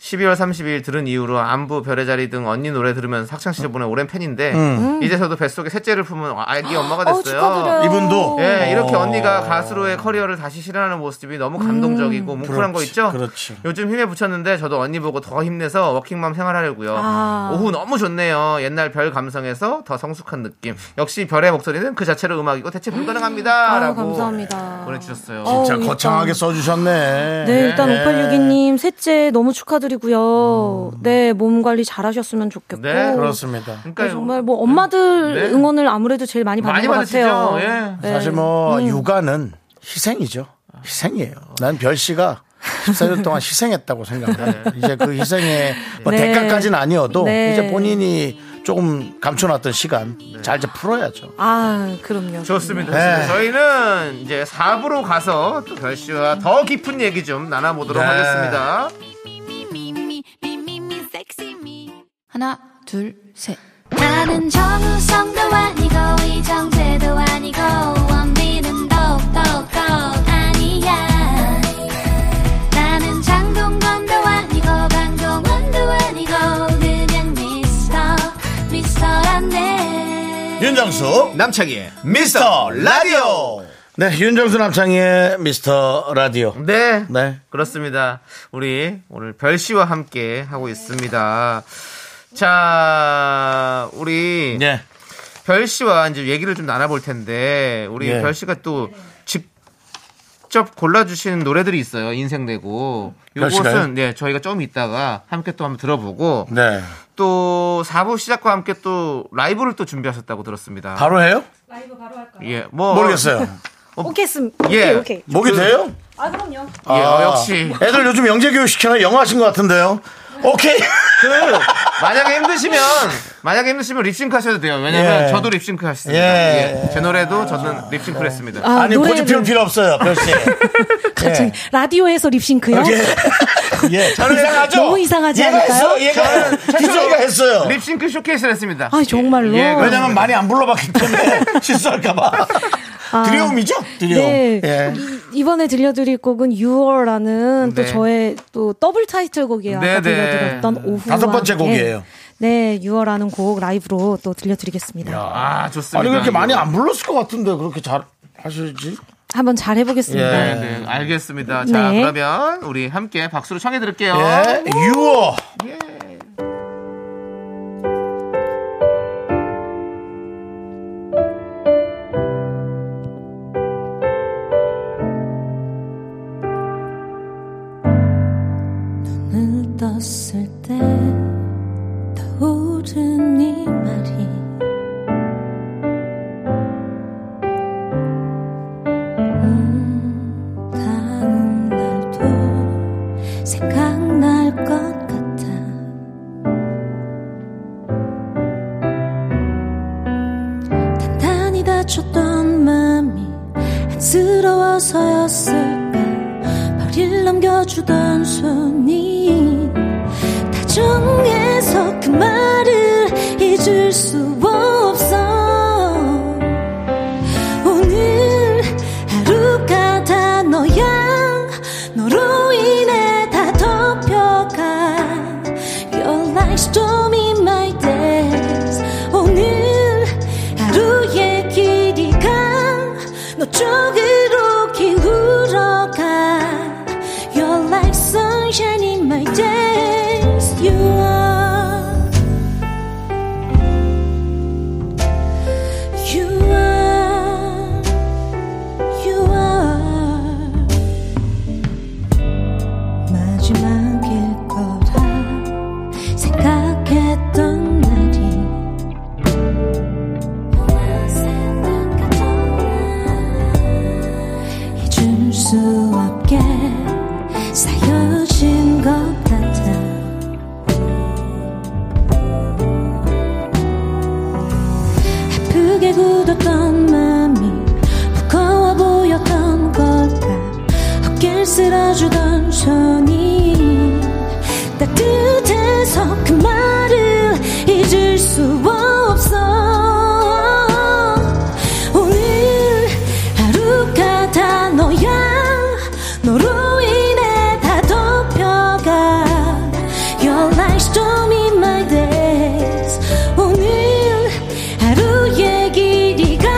E: 12월 30일 들은 이후로 안부, 별의 자리 등 언니 노래 들으면 학창 시절 보낸 오랜 팬인데,
B: 음.
E: 이제 저도 뱃속에 셋째를 품은 아기 엄마가
G: 어우,
E: 음. 됐어요.
G: 축하드려요.
B: 이분도?
E: 예, 이렇게
B: 어.
E: 언니가 가수로의 커리어를 다시 실현하는 모습이 너무
G: 음.
E: 감동적이고 뭉클한 거
B: 그렇지,
E: 있죠?
B: 그렇지.
E: 요즘 힘에 붙였는데 저도 언니 보고 더 힘내서 워킹맘 생활하려고요.
G: 아.
E: 오후 너무 좋네요. 옛날 별 감성에서 더 성숙한 느낌. 역시 별의 목소리는 그 자체로 음악이고 대체 불가능합니다.
G: 아유,
E: 라고
B: 예,
G: 감사합니다.
E: 보내주셨어요.
G: 어우,
B: 자,
G: 일단-
B: 거창하게 써주셨네.
G: 네, 일단
B: 예.
G: 5862님 셋째 너무 축하드리고요. 네, 몸 관리 잘하셨으면 좋겠고.
E: 네,
B: 그렇습니다.
G: 네,
E: 그러니까
G: 정말 뭐 엄마들
E: 네.
G: 응원을 아무래도 제일 많이 받는
E: 많이
G: 것
E: 받으시죠?
G: 같아요.
E: 예.
G: 네.
B: 사실 뭐 육아는 희생이죠. 희생이에요. 난 별 씨가 14년 동안 희생했다고 생각합니다. 이제 그 희생의 뭐
G: 네.
B: 대가까지는 아니어도
G: 네.
B: 이제 본인이 조금 감춰놨던 시간 잘 이제 풀어야죠.
G: 아, 그럼요.
E: 좋습니다.
B: 네.
E: 저희는 이제 4부로 가서 또 별씨와 더 깊은 얘기 좀 나눠보도록
B: 네.
E: 하겠습니다.
F: me, me, me, me, me, sexy me.
H: 하나 둘 셋.
F: 나는 정우성도 아니고 이정재도 아니고 원빈은 더욱더 아니야 나는 장동건도 아니고 강동원도 아니고 그냥 미스터 미스터란데
B: 윤정수
E: 남창희의
B: 예. 미스터 라디오. 네, 윤정수 남창희의 미스터 라디오.
E: 네.
B: 네.
E: 그렇습니다. 우리 오늘 별 씨와 함께 하고 있습니다. 자, 우리
B: 예.
E: 별 씨와 이제 얘기를 좀 나눠볼 텐데 우리
B: 예.
E: 별 씨가 또 직접 골라주신 노래들이 있어요. 인생 되고
B: 별 씨가요?
E: 요것은 네 저희가 좀 이따가 함께 또 한번 들어보고
B: 네.
E: 또 4부 시작과 함께 또 라이브를 또 준비하셨다고 들었습니다.
B: 바로 해요?
E: 예, 뭐
B: 모르겠어요.
G: 오케이, 씀.
E: 예.
G: 오케이, 오케이.
B: 목이
E: 그-
B: 돼요?
G: 아, 그럼요.
E: 예, 어, 역시
B: 애들 요즘 영재 교육 시켜요. 영어 하신 것 같은데요. 오케이.
E: 그 만약에 힘드시면 만약에 힘드시면 립싱크 하셔도 돼요. 왜냐면
B: 예.
E: 저도 립싱크 했습니다.
B: 예.
E: 예. 제 노래도 저는 립싱크를 했습니다.
G: 아,
B: 아니,
G: 노래를-
B: 고집 피울 필요 없어요. 별 씨.
G: 갑자기 라디오에서 립싱크요?
B: 예. 예. 저는 이상하죠?
G: 너무 이상하지
B: 얘가
G: 않을까요?
B: 했어, 얘가 기정이가 했어요.
E: 립싱크 쇼케이스를 했습니다.
G: 아, 정말로.
E: 예,
B: 왜냐면 많이 안 불러봤기 때문에 실수할까봐. 드려움이죠? 드려움.
G: 아. 네.
B: 예.
G: 이, 번에 들려드릴 곡은 6월라는 또
C: 네.
G: 저의 또 더블 타이틀곡이에요. 아까
C: 네, 네.
G: 들려드렸던 오후.
B: 다섯 번째 곡이에요.
G: 네, 6월라는 곡 라이브로 또 들려드리겠습니다.
C: 아, 좋습니다.
B: 아니, 그렇게 많이
C: 이거.
B: 안 불렀을 것 같은데, 그렇게 잘 하실지?
G: 한번 잘
B: 예.
G: 해보겠습니다.
C: 네, 네, 알겠습니다. 자,
G: 네.
C: 그러면 우리 함께 박수로 청해 드릴게요.
B: 예. 6월.
F: 눈을 떴을 때 떠오른 이 말이 음, 다음 날도 생각날 것 같아 단단히 다쳤던 마음이 안쓰러워서였을까 머리를 넘겨주던 손이 다정해서 그 말을 잊을 수 없어 오늘 하루가 다 너야 너로 인해 다 덮여가 Your light storm in my days 오늘 하루의 길이가 너 쪽으로 기울어가 Your light sunshine in my days You are You are, you are 마지막일 거라 생각했던 날이 잊을 수 없게 쌓여진 것 같아 아프게 굳었던 마음이 무거워 보였던 걸까 어깨를 쓸어주던 손이 따뜻해서 그 말을 잊을 수 없어 오늘 하루가 다 너야 너로 인해 다 덮여가 Your light storm in my days 오늘 하루의 길이가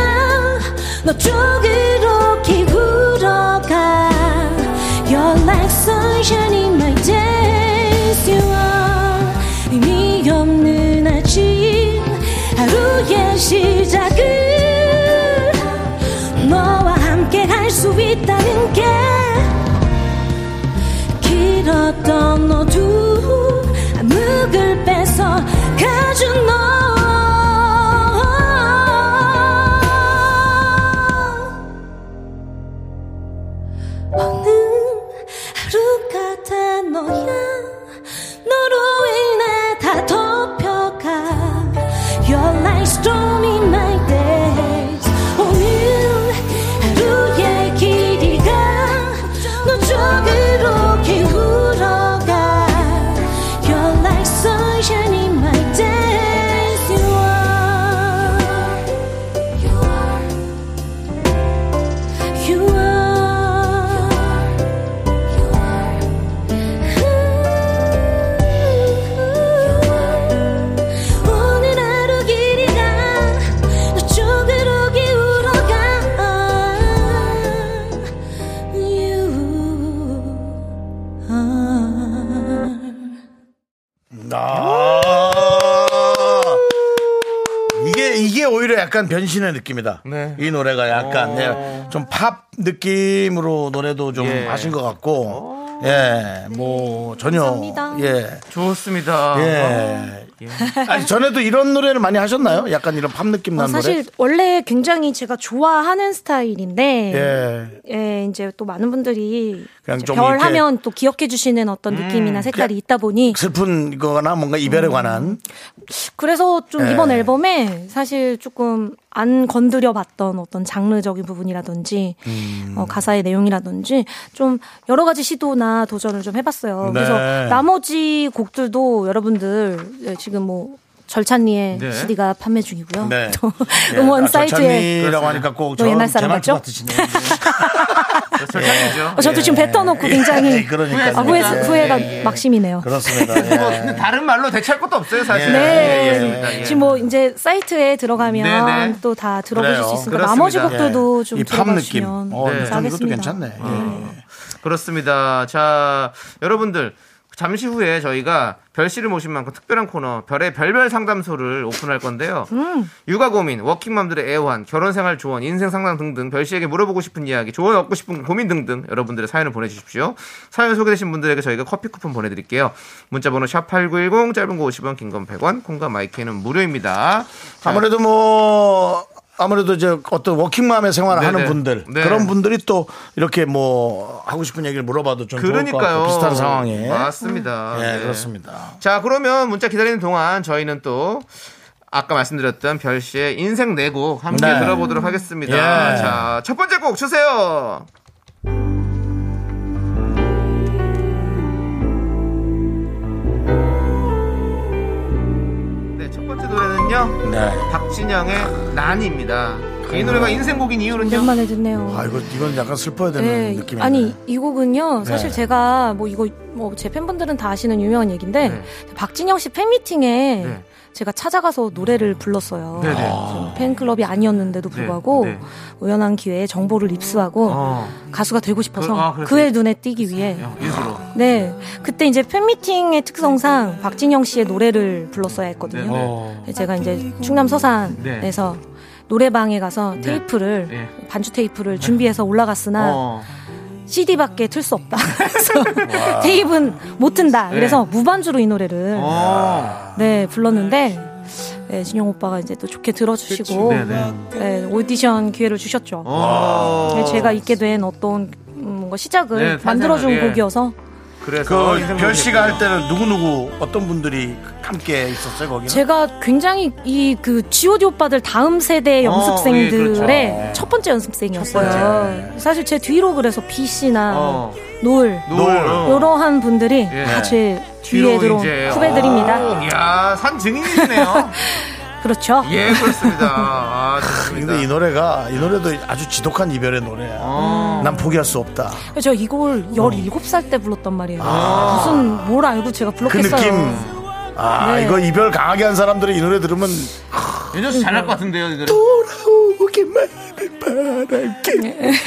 F: 너 쪽으로 기울어가 Your light sunshine in my days You are 의미 없는 아침 하루의 시작을 너와 함께 할 수 있다는 게 길었던 너두 암흑을 빼서 가준 너 어느 하루가 다 너야 너로 인해 다 덮여가 Your light storm in my days 오늘 하루의 길이가 너 쪽으로 기울어가 Your light sunshine in my days You are You are You are, you are, 그 오늘 하루 길이가 너 쪽으로 기울어가. You are.
B: 아. 이게 이게 오히려 약간 변신의 느낌이다.
C: 네.
B: 이 노래가 약간 네, 좀 팝 느낌으로 노래도 좀
C: 예.
B: 하신 것 같고, 예, 뭐 전혀
G: 네. 감사합니다.
B: 예,
E: 아.
C: 좋습니다.
E: 어,
B: 예. 아니 전에도 이런 노래를 많이 하셨나요? 약간 이런 팝 느낌
G: 어,
B: 나는
G: 사실 원래 굉장히 제가 좋아하는 스타일인데
B: 노래. 예.
G: 예, 이제 또 많은 분들이
B: 그냥
G: 이제
B: 좀
G: 별
B: 이렇게- 음,
G: 하면 또 기억해 주시는 어떤 느낌이나 색깔이 있다 보니
B: 슬픈 거나 뭔가 이별에
G: 음.
B: 관한
G: 그래서 좀
B: 예.
G: 이번 앨범에 사실 조금 안 건드려 봤던 어떤 장르적인 부분이라든지
B: 음.
G: 어, 가사의 내용이라든지 좀 여러 가지 시도나 도전을 좀 해봤어요.
B: 네.
G: 그래서 나머지 곡들도 여러분들 예, 지금 뭐 절찬리의
E: 네.
G: CD가 판매 중이고요.
B: 네.
G: 또
B: 예,
G: 응원
B: 아,
G: 사이트에
B: 절찬리라고 하니까 꼭
G: 너
B: 저는
G: 옛날 사람
B: 제말투
G: 같죠?
B: 같으시네요.
E: 절찬이죠.
G: 어, 저도 지금 뱉어놓고 굉장히
B: 예, 그러니까요.
G: 아, 후회,
E: 예,
G: 후회가
E: 예, 예.
G: 막심이네요.
E: 뭐
B: 그렇습니다. 예.
E: 근데 다른 말로 대체할 것도 없어요 사실.
G: 네.
E: 예.
G: 지금 뭐 이제 사이트에 들어가면
E: 네, 네.
G: 또 다 들어보실
B: 그래요.
G: 수 있으니까
E: 그렇습니다.
G: 나머지
B: 예.
G: 곡들도 좀
B: 이팝 느낌.
G: 들어보시면
B: 어,
E: 네.
B: 좀 이것도
G: 알겠습니다.
B: 괜찮네. 예.
E: 그렇습니다. 자, 여러분들. 잠시 후에 저희가 별씨를 모신 만큼 특별한 코너 별의 별별 상담소를 오픈할 건데요. 육아 고민, 워킹맘들의 애환, 결혼 생활 조언, 인생 상담 등등 별씨에게 물어보고 싶은 이야기, 조언 얻고 싶은 고민 등등 여러분들의 사연을 보내주십시오. 사연 소개되신 분들에게 저희가 커피 쿠폰 보내드릴게요. 문자번호 샵 #8910 짧은 거 50원, 긴 건 100원, 콩과 마이크는 무료입니다. 자,
B: 아무래도 뭐 아무래도 이제 어떤 워킹맘의 생활을
E: 네네.
B: 하는 분들
E: 네.
B: 그런 분들이 또 이렇게 뭐 하고 싶은 얘기를 물어봐도 좀 좋을 것
E: 그러니까요. 네,
B: 같고 비슷한 상황에
E: 맞습니다.
B: 예
E: 네.
B: 그렇습니다.
E: 자, 그러면 문자 기다리는 동안 저희는 또 아까 말씀드렸던 별 씨의 인생 내고 함께
B: 네.
E: 들어보도록 하겠습니다.
B: 예.
E: 자, 첫 번째 곡 주세요. 네, 첫 번째 노래는요.
B: 네.
E: 박진영의 난입니다. 이 노래가 인생곡인 이유는요.
G: 오랜만에 듣네요.
B: 아 이거 이건 약간 슬퍼야 되는
G: 네,
B: 느낌이
G: 아니 이 곡은요 사실
B: 네.
G: 제가 뭐 이거 뭐 제 팬분들은 다 아시는 유명한 얘기인데
E: 네.
G: 박진영 씨 팬미팅에
E: 네.
G: 제가 찾아가서 노래를 불렀어요. 아.
E: 네, 네.
G: 좀 팬클럽이 아니었는데도 불구하고
E: 네.
G: 우연한 기회에 정보를 입수하고
E: 어.
G: 가수가 되고
E: 그- 아,
G: 싶어서
E: 그래서- 예.
G: 그의 눈에 띄기 위해
E: 일부러.
G: 네 그때 이제 팬미팅의 특성상 박진영 씨의 노래를 불렀어야
E: 네,
G: 했거든요.
E: 네.
G: 제가 이제 충남 서산에서 노래방에 가서 테이프를
E: 네.
G: 반주 테이프를 준비해서 올라갔으나
E: 어.
G: CD밖에 틀 수 없다. 그래서 테이프는 못 튼다. 그래서 무반주로 이 노래를
E: 네. 어.
G: 네 불렀는데 네, 진영 오빠가 이제 또 좋게 들어주시고
E: 네, 네.
G: 네, 오디션 기회를 주셨죠.
E: 어.
G: 네, 제가 있게 된 어떤 음, 뭔가 시작을
E: 네,
G: 만들어준
E: 탄생을, 예.
G: 곡이어서
E: 그래서 인생
B: 그별 씨가
E: 곡이었군요.
B: 할 때는 누구 누구 어떤 분들이 함께 있었어요 거기는.
G: 제가 굉장히 이 그 G.O.D 오빠들 다음 세대 연습생들의
E: 예, 그렇죠.
G: 첫 번째 연습생이었어요. 사실 제 뒤로 그래서 B 씨나
E: 어.
G: 놀
E: 놀. 어.
G: 이러한 분들이
E: 예.
G: 다 제 뒤에
E: 뒤로
G: 들어온
E: 이제,
G: 후배들입니다.
E: 오, 이야, 산 증인이시네요.
G: 그렇죠.
E: 예, 그렇습니다. 아, 좋습니다.
B: 근데 이 노래가 이 노래도 아주 지독한 이별의 노래야.
G: 아.
E: 어.
B: 난 포기할 수 없다.
G: 저 이걸 17살 때 불렀단 말이에요. 무슨 뭘 알고 제가
B: 그
G: 불렀겠어요.
B: 느낌. 아
G: 네.
B: 이거 이별 강하게 한 사람들이 이 노래 들으면
E: 윤정 씨 잘날 것 같은데요, 이 노래.
B: 돌아오기만
G: 네.
B: 바랄게.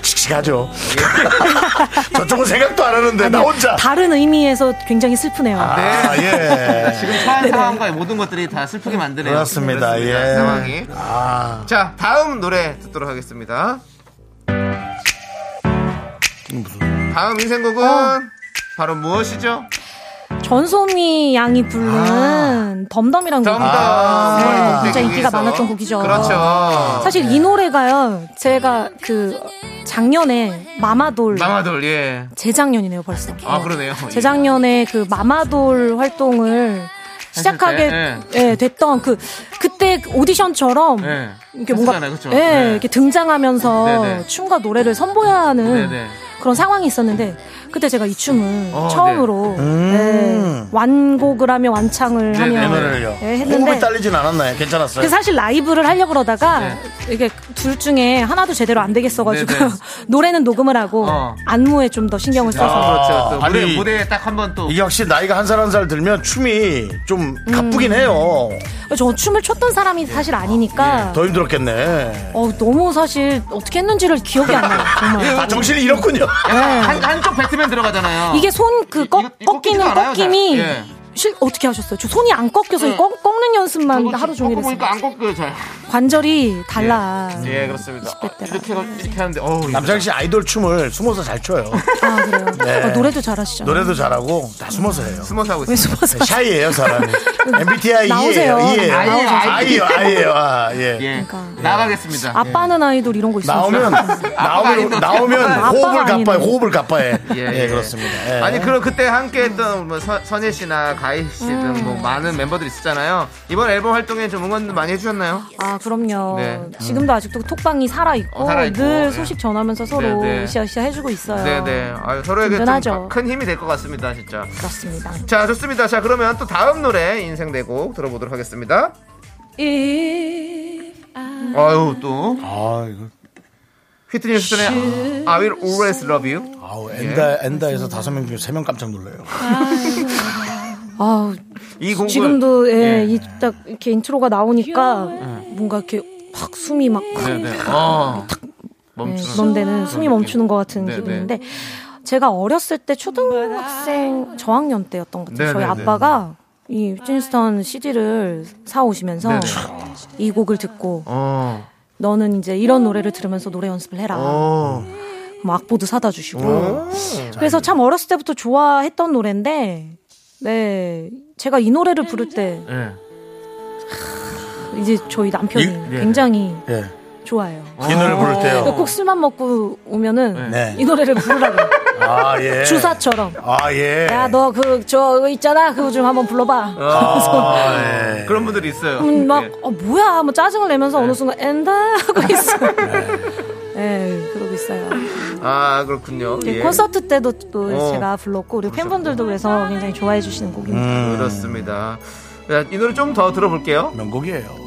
B: 칙칙하죠. 저쪽은 생각도 안 하는데 나 혼자.
G: 다른 의미에서 굉장히 슬프네요.
B: 아 예.
E: 지금 처한 상황과의 모든 것들이 다 슬프게 만드네요.
B: 그렇습니다,
E: 그렇습니다,
B: 예.
E: 상황이.
B: 아
E: 자, 다음 노래 듣도록 하겠습니다. 다음 인생곡은
G: 어.
E: 바로 무엇이죠?
G: 전소미 양이 부르는 덤덤이란 곡.
E: 덤덤. 아.
G: 네,
E: 머리
G: 아. 진짜
E: 곱빼기
G: 인기가
E: 위해서.
G: 많았던 곡이죠.
E: 그렇죠.
G: 사실 이 노래가요. 제가 그 작년에 마마돌
E: 마마돌, 예.
G: 재작년이네요, 벌써.
E: 아, 그러네요.
G: 재작년에 그 마마돌 활동을 시작하게
E: 때,
G: 예, 됐던 그 그때 그 오디션처럼
E: 예.
G: 이렇게 뭔가
E: 했었잖아요, 그쵸?
G: 예,
E: 네.
G: 이렇게 등장하면서
E: 네네.
G: 춤과 노래를 선보여야 하는
E: 네네.
G: 그런 상황이 있었는데 그때 제가 이 춤을
E: 어,
G: 처음으로 예, 완곡을 하며 완창을
E: 네네.
G: 하며
B: 오늘을요.
G: 예,
B: 호흡이
G: 했는데
B: 딸리진 않았나요? 괜찮았어요.
G: 그 사실 라이브를 하려고 그러다가
E: 네.
G: 이게 둘 중에 하나도 제대로 안 되겠어가지고
E: 네네.
G: 노래는 녹음을 하고
E: 어.
G: 안무에 좀 더 신경을 써서
E: 그렇죠. 또
B: 아,
E: 무대,
B: 아니,
E: 무대에 딱 한번 또.
B: 이게 확실히 나이가 한 살 한 살 들면 춤이 좀 가쁘긴
G: 음.
B: 해요.
G: 저 춤을 췄던 사람이 사실 아니니까
E: 예.
B: 더 힘들었겠네.
G: 어, 너무 사실 어떻게 했는지를 기억이 안 나요 정말
E: 예.
B: 아, 정신이 이렇군요.
E: 한, 한쪽 배트맨 들어가잖아요.
G: 이게 손 그
E: 이거- 이거 꺾이지도
G: 꺾이는
E: 않아요,
G: 꺾임이
E: 잘. 예.
G: 실 어떻게 하셨어요? 저 손이 안 꺾여서
E: 네.
G: 이 꺾, 는 연습만
E: 저거
G: 하루 종일 했어요.
E: 꺾어보니까 안 꺾여요, 잘.
G: 관절이 달라.
E: 예, 그렇습니다.
G: 십 대 때랑.
E: 이렇게, 해가- 이렇게 하는데, 어우.
B: 남창희 씨 아이돌 춤을 숨어서 잘 춰요.
G: 아 그래요. 아, 노래도 잘하시죠.
B: 네. 노래도 잘하고 다 숨어서 해요.
E: 숨어서 하고
G: 왜
E: 있어요.
G: 숨어서
B: 샤이예요 사람이. MBTI
G: 나오세요.
B: E예요.
G: 나오세요.
B: 아이요, 아이요. 아, 예.
E: 예.
G: 그러니까.
E: 나가겠습니다.
G: 아빠는 아이돌 이런 거 있어요.
B: 나오면 나오면
E: 아니네.
B: 나오면
G: 아빠가
B: 호흡을
G: 아니네.
B: 가빠해. 호흡을 가빠해. 예,
E: 예.
G: 네.
B: 그렇습니다. 예.
E: 아니, 그럼 그때 함께 했던 뭐 선- 선예 씨나 다희 씨든
G: 음.
E: 뭐 많은 멤버들이 있었잖아요. 이번 앨범 활동에 좀 응원 많이 해주셨나요?
G: 아 그럼요.
E: 네.
G: 지금도 아직도 톡방이 살아 있고
E: 어, 살아있고, 예.
G: 늘 소식 전하면서 서로
E: 네, 네.
G: 으쌰으쌰 해주고 있어요.
E: 네네. 아유, 서로에게
G: 든든하죠.
E: 좀 큰 힘이 될 것 같습니다, 진짜.
G: 그렇습니다.
E: 자, 좋습니다. 자, 그러면 또 다음 노래 인생 네 내곡 들어보도록 하겠습니다. 아유, 또
B: 아 이거
E: 휘트니 휴스턴의
G: 음.
E: I Will Always Love You.
B: 아우 엔다 엔다에서 다섯 명 중에 세 명 깜짝 놀래요.
G: 아
E: 이 곡을
G: 지금도 예,
E: 예.
G: 이 딱 이렇게 인트로가 나오니까 뭔가 이렇게 확 숨이 막
E: 네. 네네. 어.
G: 네,
E: 멈추는.
G: 그런 데는 숨이 멈추는 것 같은
E: 네,
G: 기분인데 제가 어렸을 때 초등학생 저학년 때였던 것 같아요.
E: 네,
G: 저희
E: 네, 네.
G: 아빠가 이 찐스턴 CD를 사 오시면서
E: 네,
G: 이 곡을 듣고
E: 어.
G: 너는 이제 이런 노래를 들으면서 노래 연습을 해라.
E: 어.
G: 뭐 악보도 사다 주시고. 그래서 참 어렸을 때부터 좋아했던 노래인데, 네. 제가 이 노래를 부를 때,
E: 예.
G: 이제 저희 남편이
E: 예.
G: 굉장히
B: 예.
G: 좋아해요.
B: 이 노래 부를
G: 그러니까
B: 때요.
G: 꼭 술만 먹고 오면은
B: 네.
G: 이 노래를 부르라고.
B: 아 예.
G: 주사처럼.
B: 아 예.
G: 야, 너 그, 저, 있잖아. 그거 좀 한번 불러봐. 그래서.
B: 아, 예.
E: 그런 분들이 있어요.
G: 음, 막,
E: 예.
G: 어, 뭐야. 뭐 짜증을 내면서 어느 순간, 엔다. 하고 있어. 예, 그러고 있어요.
E: 아, 그렇군요.
G: 그
E: 예.
G: 콘서트 때도 또
E: 어.
G: 제가 불렀고 우리 팬분들도 그래서 굉장히 좋아해 주시는 곡입니다.
E: 그렇습니다. 자, 이 노래 좀 더 들어볼게요.
B: 명곡이에요.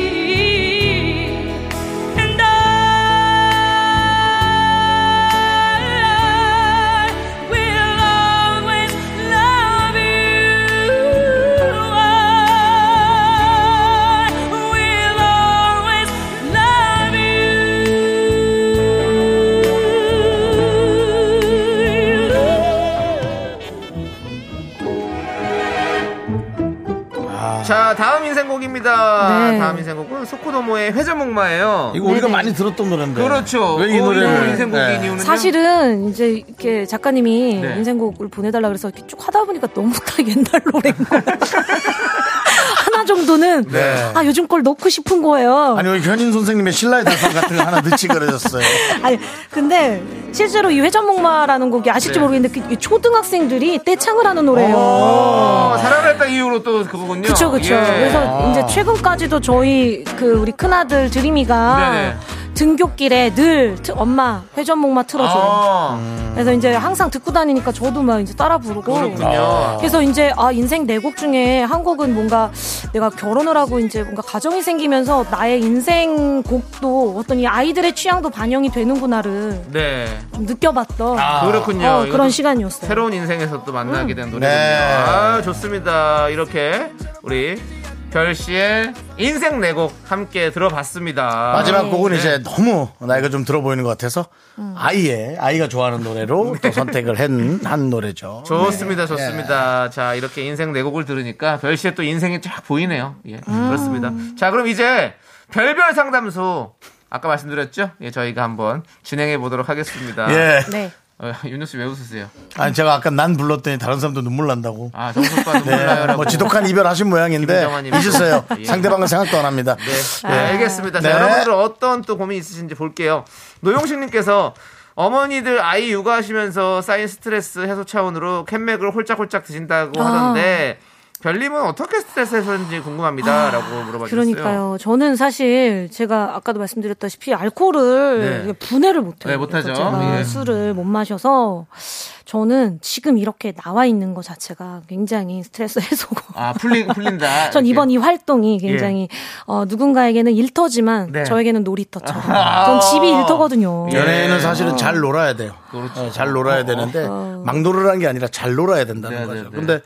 I: And I will always love you. I will always love you.
E: 자, 다음
C: 아,
E: 인생곡입니다.
G: 네.
E: 다음 인생곡은 소코도모의 회전목마예요.
B: 이거 우리가 많이 들었던 노래인데.
E: 그렇죠.
B: 왜 이
E: 어,
B: 노래를
E: 인생곡인
B: 예.
E: 이유는요?
G: 사실은 이제 이렇게 작가님이
E: 네.
G: 인생곡을 보내달라 그래서 이렇게 쭉 하다 보니까 너무 다 옛날 노래인 거예요. 하나 정도는
B: 네.
G: 아 요즘 걸 넣고 싶은 거예요.
B: 어. 아니 우리 현인 선생님의 신라의 대상 같은 거 하나 늦지 그려졌어요.
G: 아니 근데 실제로 이 회전목마라는 곡이 아실지
E: 네.
G: 모르겠는데 그 초등학생들이 떼창을 하는 노래예요.
E: 어, 사랑을 했다 이후로 또 그거군요.
G: 그쵸 그쵸.
E: 예.
G: 그래서 이제 최근까지도 저희 그 우리 큰 아들 드림이가
E: 네네.
G: 등교길에 늘 트- 엄마 회전목마 틀어줘요.
E: 아,
G: 그래서 이제 항상 듣고 다니니까 저도 막 이제 따라 부르고.
E: 그렇군요.
G: 그래서 이제 아 인생 네 곡 중에 한 곡은 뭔가 내가 결혼을 하고 이제 뭔가 가정이 생기면서 나의 인생 곡도 어떤 이 아이들의 취향도 반영이 되는구나를
E: 네.
G: 좀 느껴봤던
E: 아. 그렇군요.
G: 어,
E: 이것도
G: 그런 시간이었어요. 음.
E: 새로운 인생에서 또 만나게 된 노래군요.
B: 네.
E: 아, 좋습니다. 이렇게 우리 별 씨의 인생 네 내곡 함께 들어봤습니다.
B: 마지막
E: 네.
B: 곡은 이제 너무 나이가 좀 들어 보이는 것 같아서 아이의 아이가 좋아하는 노래로 또 선택을 한, 한 노래죠.
E: 음.
B: 네.
E: 좋습니다, 좋습니다. 자, 이렇게 인생 네 내곡을 들으니까 별 씨의 또 인생이 쫙 보이네요. 예,
B: 음.
E: 그렇습니다. 자, 그럼 이제 별별 상담소 아까 말씀드렸죠? 예, 저희가 한번 진행해 보도록 하겠습니다.
B: 예.
G: 네.
E: 어, 윤호 씨 왜 웃으세요?
B: 아니 제가 아까 난 불렀더니 다른 사람도 눈물 난다고.
E: 아, 정석과
B: 네,
E: 눈물나요라고.
B: 뭐 지독한 이별하신 모양인데
E: 김정환님.
B: 잊으세요.
E: 예.
B: 상대방은 생각도 안 합니다.
E: 네,
G: 아.
E: 알겠습니다. 자,
B: 네.
E: 여러분들 어떤 또 고민이 있으신지 볼게요. 노용식님께서 어머니들 아이 육아하시면서 쌓인 스트레스 해소 차원으로 캔맥을 홀짝홀짝 드신다고
G: 아.
E: 하던데 별님은 어떻게 스트레스 해소인지 궁금합니다라고 물어봐 주셨어요.
G: 아, 그러니까요. 저는 사실 제가 아까도 말씀드렸다시피 알코올을
E: 네.
G: 분해를 못해요.
E: 네, 못하죠.
G: 그래서 제가
E: 예.
G: 술을 못 마셔서 저는 지금 이렇게 나와 있는 것 자체가 굉장히 스트레스 해소고.
E: 아 풀린 풀린다.
G: 전
E: 이렇게.
G: 이번 이 활동이
B: 예.
G: 굉장히 어, 누군가에게는 일터지만
E: 네.
B: 아.
G: 저에게는 놀이터처럼 전 집이 일터거든요.
E: 예.
B: 연예인은 사실은 잘 놀아야 돼요.
C: 어. 그렇죠. 어.
B: 어, 잘 놀아야 되는데 막 놀으라는 게 아니라 잘 놀아야 된다는
C: 네,
B: 거죠.
C: 네, 네.
B: 근데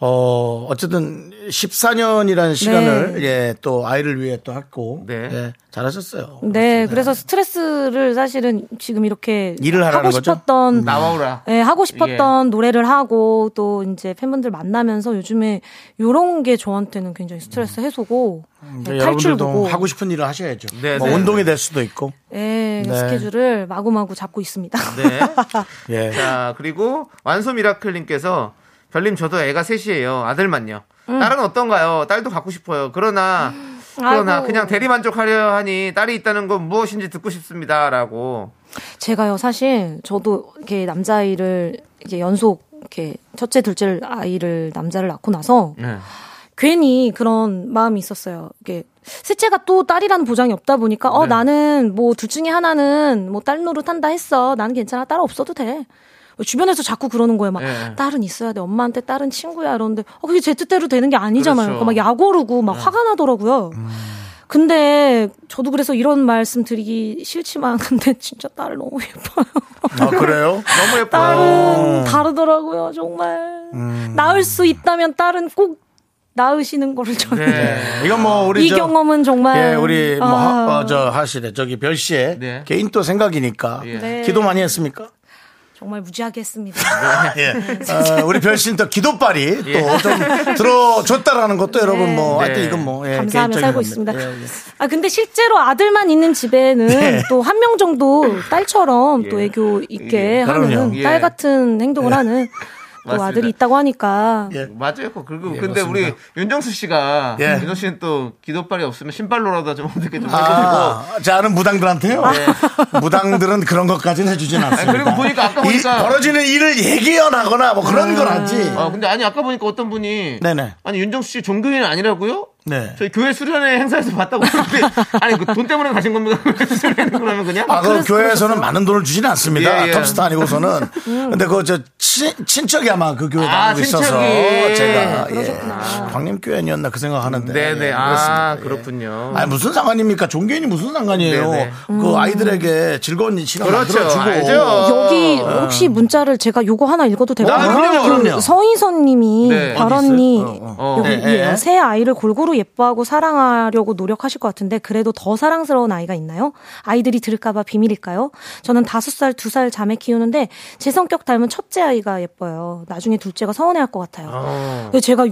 B: 어 어쨌든 14년이라는
G: 네.
B: 시간을 예, 또 아이를 위해 또 했고
C: 네.
B: 예, 잘하셨어요.
G: 네, 그래서 스트레스를 사실은 지금 이렇게
B: 일을 하라는
G: 하고
B: 거죠? 음.
G: 싶었던
C: 나와라.
G: 예, 하고 싶었던 노래를 하고 또 이제 팬분들 만나면서 요즘에 요런 게 저한테는 굉장히 스트레스 해소고 예,
B: 음. 여러분들도
G: 탈출구고
B: 하고 싶은 일을 하셔야죠.
C: 네,
B: 뭐
C: 네.
B: 운동이 될 수도 있고.
G: 예,
B: 네.
G: 스케줄을 마구마구 잡고 있습니다.
C: 네.
B: 예.
C: 자, 그리고 완소 미라클님께서 별님 저도 애가 셋이에요. 아들만요. 딸은 어떤가요? 딸도 갖고 싶어요. 그러나 그러나
G: 아이고.
C: 그냥 대리 만족하려 하니 딸이 있다는 건 무엇인지 듣고 싶습니다라고.
G: 제가요 사실 저도 이렇게 남자아이를 이렇게 연속 이렇게 첫째 둘째 아이를 남자를 낳고 나서
B: 네.
C: 어?
G: 괜히 그런 마음이 있었어요. 이게 셋째가 또 딸이라는 보장이 없다 보니까
C: 네.
G: 어 나는 뭐 둘 중에 하나는 뭐 딸 노릇한다 했어. 나는 괜찮아. 딸 없어도 돼. 주변에서 자꾸 그러는 거예요. 막
C: 예.
G: 딸은 있어야 돼. 엄마한테 딸은 친구야 이러는데 어 그게 제 뜻대로 되는 게 아니잖아요.
C: 그렇죠. 네. 음.
G: 그러니까 막 약오르고 막 화가 나더라고요. 근데 저도 그래서 이런 말씀 드리기 싫지만 근데 진짜 딸 너무 예뻐요.
B: 아, 그래요?
C: 너무 예뻐요.
B: 어.
G: 딸은 다르더라고요, 정말.
B: 음.
G: 낳을 수 있다면 딸은 꼭 낳으시는 거를 저는
C: 네.
B: 예, 이건 뭐 우리
G: 이
B: 저
G: 경험은 정말
B: 예, 우리 뭐
G: 아,
B: 하- 어, 저 하시래. 저기 별 씨의
C: 네. 예.
B: 개인 또 생각이니까
G: 네.
B: 기도 많이 했습니까?
G: 정말 무지하게 했습니다.
C: 아,
B: 예. 어, 우리 별신 또 기도빨이 또 좀 들어줬다라는 것도 여러분 뭐
C: 예. 네.
B: 하여튼 이건 뭐 예,
G: 감사하며
B: 개인적인
G: 살고
B: 겁니다.
G: 있습니다.
B: 예, 예.
G: 아 근데 실제로 아들만 있는 집에는
B: 네.
G: 또 한 명 정도 딸처럼 또 애교 있게
C: 예,
B: 그럼요.
G: 하는
C: 예.
G: 딸 같은 행동을 하는 또
C: 맞습니다.
G: 아들이 있다고 하니까
B: 예.
C: 맞아요. 그리고
B: 예,
C: 근데 우리
B: 그렇습니다.
C: 윤정수 씨가
B: 예.
C: 윤정 씨는 또 기도빨이 없으면 신발로라도 좀 어떻게 좀 해주시고. 뭐
B: 아, 자, 아는 무당들한테요. 무당들은 그런 것까지는 해주진 않습니다.
C: 그리고 보니까 아까 보니까-
B: 이, 벌어지는 일을 예견하거나 뭐 그런 건 하지.
C: 아 근데 아니 아까 보니까 어떤 분이
B: 네네.
C: 아니 윤정수 씨 종교인 아니라고요?
B: 네.
C: 저희 교회 수련회 행사에서 봤다고 그러는데 아니 그 돈 때문에 가신 겁니까? 수련회 그러면 그냥
B: 아, 그 교회에서는 많은 돈을 주진 않습니다.
C: 예, 예.
B: 톱스타 아니고서는.
G: 음.
B: 근데 그 저 친척이 아마 그 교회
C: 아,
B: 다니고 있어서
C: 친척이.
B: 제가
G: 그러셨구나.
B: 예. 광림교회 아니었나 그 생각하는데.
C: 네네
B: 예, 그렇습니다.
C: 아
B: 예.
C: 그렇군요.
B: 아니 무슨 상관입니까? 종교인이 무슨 상관이에요?
C: 네네. 음.
B: 그 아이들에게 즐거운 시간
C: 그렇죠.
B: 만들어주고
C: 알죠.
G: 여기 혹시 문자를 제가 요거 하나 읽어도 될까요?
C: 아, 그럼요,
G: 그
B: 아. 그럼요.
G: 서희선님이
C: 네.
G: 발언니
B: 어디 있어요?
C: 어, 어.
G: 여기
B: 네,
G: 위에
B: 네.
G: 새 아이를 골고루 예뻐하고 사랑하려고 노력하실 것 같은데 그래도 더 사랑스러운 아이가 있나요? 아이들이 들을까봐 비밀일까요? 저는 다섯 살, 두 살 자매 키우는데 제 성격 닮은 첫째 아이가 예뻐요. 나중에 둘째가 서운해할 것 같아요. 근데 제가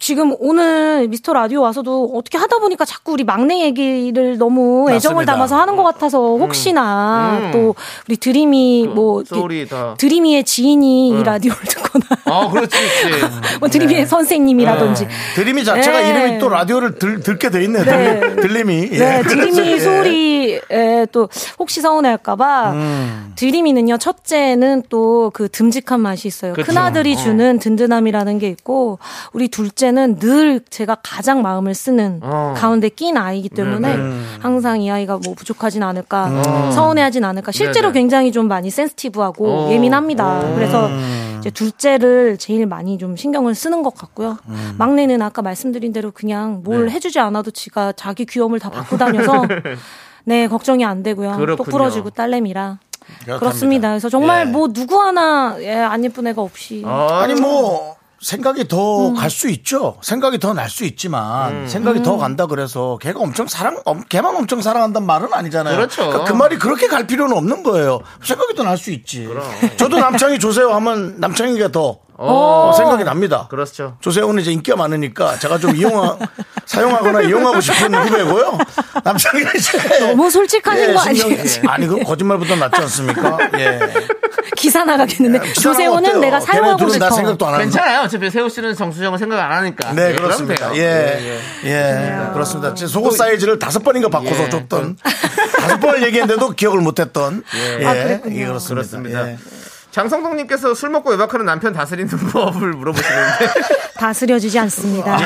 G: 지금 오늘 미스터 라디오 와서도 어떻게 하다 보니까 자꾸 우리 막내 얘기를 너무 애정을
B: 맞습니다.
G: 담아서 하는 것 같아서 혹시나 또 우리 드림이 음. 뭐
C: 어, 소울이 다.
G: 드림이의 지인이 이 라디오를 듣거나
C: 아 그렇지 그렇지.
G: 뭐 드림이의 선생님이라든지
B: 드림이 자체가
G: 네.
B: 이름이 또 라디오를 들, 듣게 돼 있네요.
G: 네.
B: 들림- 들림이. 예. 그래서, 예.
G: 네, 드림이 소리에 예, 또 혹시 서운해할까봐 음. 드림이는요 첫째는 또 그 듬직한 맛이 있어요. 큰 아들이 주는 든든함이라는 게 있고 우리 둘째는 늘 제가 가장 마음을 쓰는 가운데 낀 아이이기 때문에 항상 이 아이가 뭐 부족하진 않을까
B: 음.
G: 서운해하진 않을까 실제로
C: 네네.
G: 굉장히 좀 많이 센스티브하고
C: 어.
G: 예민합니다. 그래서
B: 음.
G: 이제 둘째를 제일 많이 좀 신경을 쓰는 것 같고요.
B: 음.
G: 막내는 아까 말씀드린 대로 그냥 뭘
B: 네.
G: 해주지 않아도 지가 자기 귀염을 다 받고 다녀서 네 걱정이 안 되고요.
C: 그렇군요.
G: 똑부러지고 딸내미라
B: 그렇답니다.
G: 그렇습니다. 그래서 정말
B: 예.
G: 뭐 누구 하나 예, 안 예쁜 애가 없이
B: 아니 뭐 생각이 더 갈 수 있죠. 생각이 더 날 수
C: 음.
B: 있지만 생각이 더 간다 그래서 걔가 엄청 사랑, 엄, 걔만 엄청 사랑한단 말은 아니잖아요.
C: 그렇죠.
B: 그러니까 그 말이 그렇게 갈 필요는 없는 거예요. 생각이 더 날 수 있지. 저도 남창이 조세호 하면 남창이가 더 어, 생각이 납니다.
C: 그렇죠.
B: 조세호는 이제 인기가 많으니까 제가 좀 이용하 사용하거나 이용하고 싶은 후배고요. 남창이가 이제
G: 너무 솔직하신
B: 예,
G: 거
B: 신경-
G: 아니에요?
B: 예. 아니 그 거짓말보다 낫지 않습니까? 예.
G: 기사 나가겠는데 조세호는
B: 어때요?
G: 내가
B: 걔네
G: 사용하고
B: 둘은
G: 싶어.
B: 나 생각도 안 하는
C: 괜찮아요. 어차피 세호 씨는 정수정을 생각 안 하니까.
B: 네,
C: 예,
B: 그렇습니다.
C: 그럼
B: 예,
C: 돼요. 네.
B: 예, 그렇습니다. 제 속옷 사이즈를 다섯 번인가 바꿔서
C: 예,
B: 줬던 다섯 번을 얘기했는데도 기억을 못했던 예, 예, 그렇습니다.
C: 그렇습니다.
B: 예.
C: 장성동님께서 술 먹고 외박하는 남편 다스리는 법을 물어보시는데
G: 다스려지지 않습니다. 네,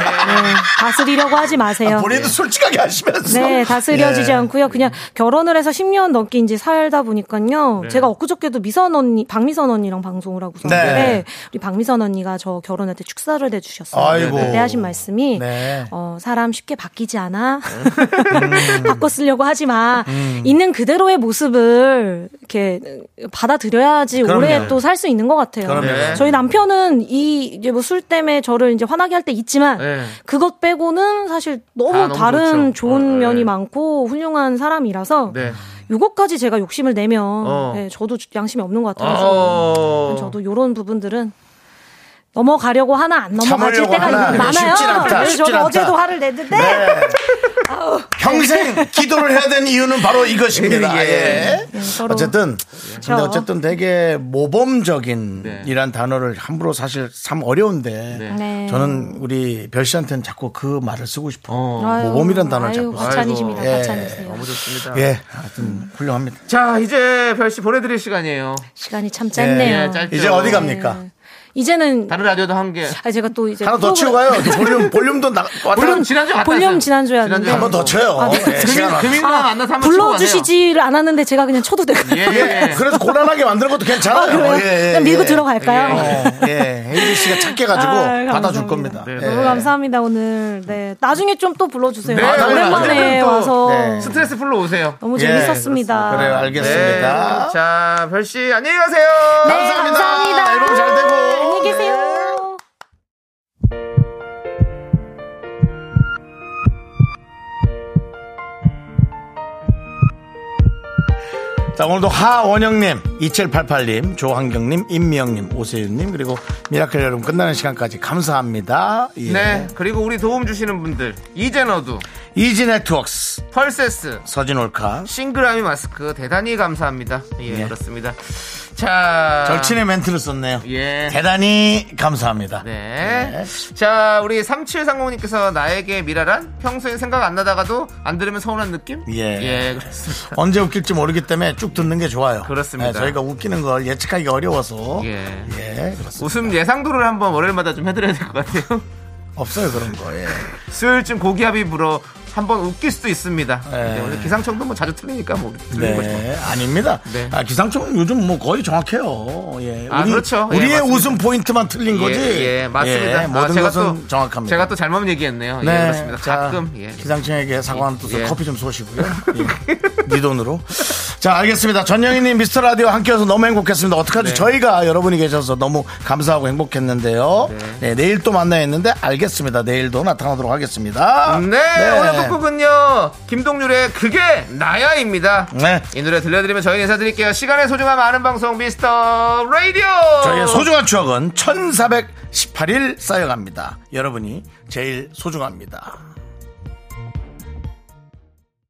G: 다스리려고 하지 마세요.
B: 예. 아, 본인도 솔직하게 하시면서.
G: 예. 네, 다스려지지
B: 예.
G: 않고요. 그냥 결혼을 해서 10년 넘게 이제 살다 보니까요. 제가 엊그저께도 미선 언니, 박미선 언니랑 방송을 하고
B: 네.
G: 있었는데
B: 네.
G: 우리 박미선 언니가 저 결혼할 때 축사를 해주셨어요.
B: 아이고.
G: 그때 하신 말씀이
B: 네.
G: 어, 사람 쉽게 바뀌지 않아.
B: 음.
G: 바꿔 쓰려고 하지 마. 있는 그대로의 모습을 이렇게 받아들여야지
B: 그럼요.
G: 오래 또 살 수 있는 것 같아요.
B: 그럼요. 네.
G: 저희 남편은 이 이제 뭐 술 때문에 저를 이제 화나게 할 때 있지만
E: 네.
G: 그것 빼고는 사실
E: 다
G: 너무
E: 너무
G: 어, 다른
E: 좋죠.
G: 좋은
E: 어,
G: 면이
E: 네.
G: 많고 훌륭한 사람이라서
E: 네.
G: 요것까지 제가 욕심을 내면
E: 어.
G: 네, 저도 양심이 없는 것 같아서
E: 어.
G: 저도 요런 부분들은 넘어가려고 하나 안 넘어가질
B: 참으려고
G: 때가
B: 하나. 네,
G: 많아요.
B: 쉽진 않다,
G: 그래서
B: 쉽진
G: 저도
B: 않다. 네.
G: 어제도 화를 냈는데
B: 평생 기도를 해야 되는 이유는 바로 이것입니다.
E: 예.
B: 예.
G: 네, 서로.
B: 어쨌든 근데
G: 그렇죠.
B: 어쨌든 되게 모범적인
E: 네.
B: 이란 단어를 함부로 사실 참 어려운데
E: 네.
G: 네.
B: 저는 우리 별씨한테는 자꾸 그 말을 쓰고 싶어.
E: 어.
G: 아유,
B: 모범이란 뭐 단어를
G: 아유,
B: 자꾸
G: 과찬이십니다.
B: 아이고. 예.
G: 과찬이세요.
C: 어,
E: 너무 좋습니다.
B: 예, 하여튼 훌륭합니다.
E: 자, 이제 별씨 보내드릴 시간이에요.
G: 시간이 참 짧네요. 네.
E: 예, 짧죠.
B: 이제 어디 갑니까? 네.
G: 이제는
E: 다른 라디오도 한 개.
G: 아 제가 또 이제
B: 하나 더
G: 프로그램-
B: 치고 가요.
G: 네.
B: 볼륨 볼륨도 나
E: 볼륨 지난주 갔다
G: 볼륨
E: 왔어요.
G: 지난주에 왔는데.
E: 지난주에
B: 한번 더
E: 왔고.
B: 쳐요.
G: 아, 네.
B: 예, 시간
E: 금요일,
B: 많아.
E: 금요일 날 만나서 한번 치고 가네요.
G: 불러주시지를 않았는데 제가 그냥 쳐도 될까요?
E: 예,
B: 예,
E: 예.
B: 그래서 고난하게 만드는 것도
G: 아,
B: 괜찮아요.
G: 그래요?
B: 예, 예,
G: 그냥 밀고
B: 예.
G: 들어갈까요?
B: 어, 예, 혜진 씨가 착해 가지고
G: 아유, 감사합니다.
B: 받아줄 겁니다.
E: 네,
B: 예.
G: 너무 감사합니다 오늘. 네 나중에 좀 또 불러주세요. 아,
E: 네,
G: 오랜만에
E: 오랜만에 또.
G: 와서
B: 네.
E: 스트레스 풀러 오세요.
G: 너무
B: 예,
G: 재밌었습니다.
B: 그래요,
E: 네.
B: 알겠습니다.
E: 자, 별씨, 안녕히 가세요.
B: 감사합니다. 앨범 잘 되고. 네.
G: 안녕히 계세요.
B: 예. 자, 오늘도 하원영님, 2788님, 조환경님, 임미영님, 오세윤님, 그리고 미라클 여러분 끝나는 시간까지 감사합니다. 예.
E: 네. 그리고 우리 도움 주시는 분들. 이젠어두,
B: 이지 네트웍스,
E: 펄세스,
B: 서진 올카,
E: 싱그라미 마스크 대단히 감사합니다. 예,
B: 네.
E: 그렇습니다. 자.
B: 절친의 멘트를 썼네요.
E: 아. 예.
B: 대단히 감사합니다. 예.
E: 네. 자, 우리 3730님께서 나에게 미라란? 평소엔 생각 안 나다가도 안 들으면 서운한 느낌?
B: 예.
E: 예, 그렇습니다.
B: 언제 웃길지 모르기 때문에 쭉 듣는 게 좋아요. 네,
E: 그렇습니다.
B: 저희가 웃기는 걸 예측하기 어려워서.
E: 예.
B: 예, 그렇습니다.
E: 웃음 예상도를 한번 월요일마다 좀 해드려야 될 것 같아요.
B: 없어요, 그런 거. 예.
E: 수요일쯤 고기압이 불어 한번 웃길 수도 있습니다.
B: 예.
E: 네, 오늘 기상청도 뭐 자주 틀리니까 뭐 틀리는 거죠.
B: 네, 아닙니다.
E: 네.
B: 아, 기상청은 요즘 뭐 거의 정확해요. 예.
E: 아, 그렇죠. 예,
B: 우리의
E: 맞습니다.
B: 웃음 포인트만 틀린 거지.
E: 예, 예, 맞습니다.
B: 예,
E: 아,
B: 모든
E: 제가
B: 것은
E: 또-
B: 정확합니다.
E: 제가 또 잘못 얘기했네요. 예, 그렇습니다.
B: 자,
E: 가끔 예.
B: 기상청에게 사과하는 뜻으로
E: 예.
B: 커피 좀 쏘시고요. 예. 네 돈으로. 자, 알겠습니다. 전영희님 미스터 라디오 함께해서 너무 행복했습니다. 어떡하지?
E: 네.
B: 저희가 여러분이 계셔서 너무 감사하고 행복했는데요. 네, 내일 또 만나야 했는데 알겠습니다. 내일도 나타나도록 하겠습니다.
E: 네, 오늘 끝곡은요 김동률의 그게 나야입니다.
B: 네.
E: 이 노래 들려드리면 저희 인사드릴게요. 시간의 소중함 아는 방송 미스터 라디오.
B: 저희의 소중한 추억은 1418일 쌓여갑니다. 여러분이 제일 소중합니다.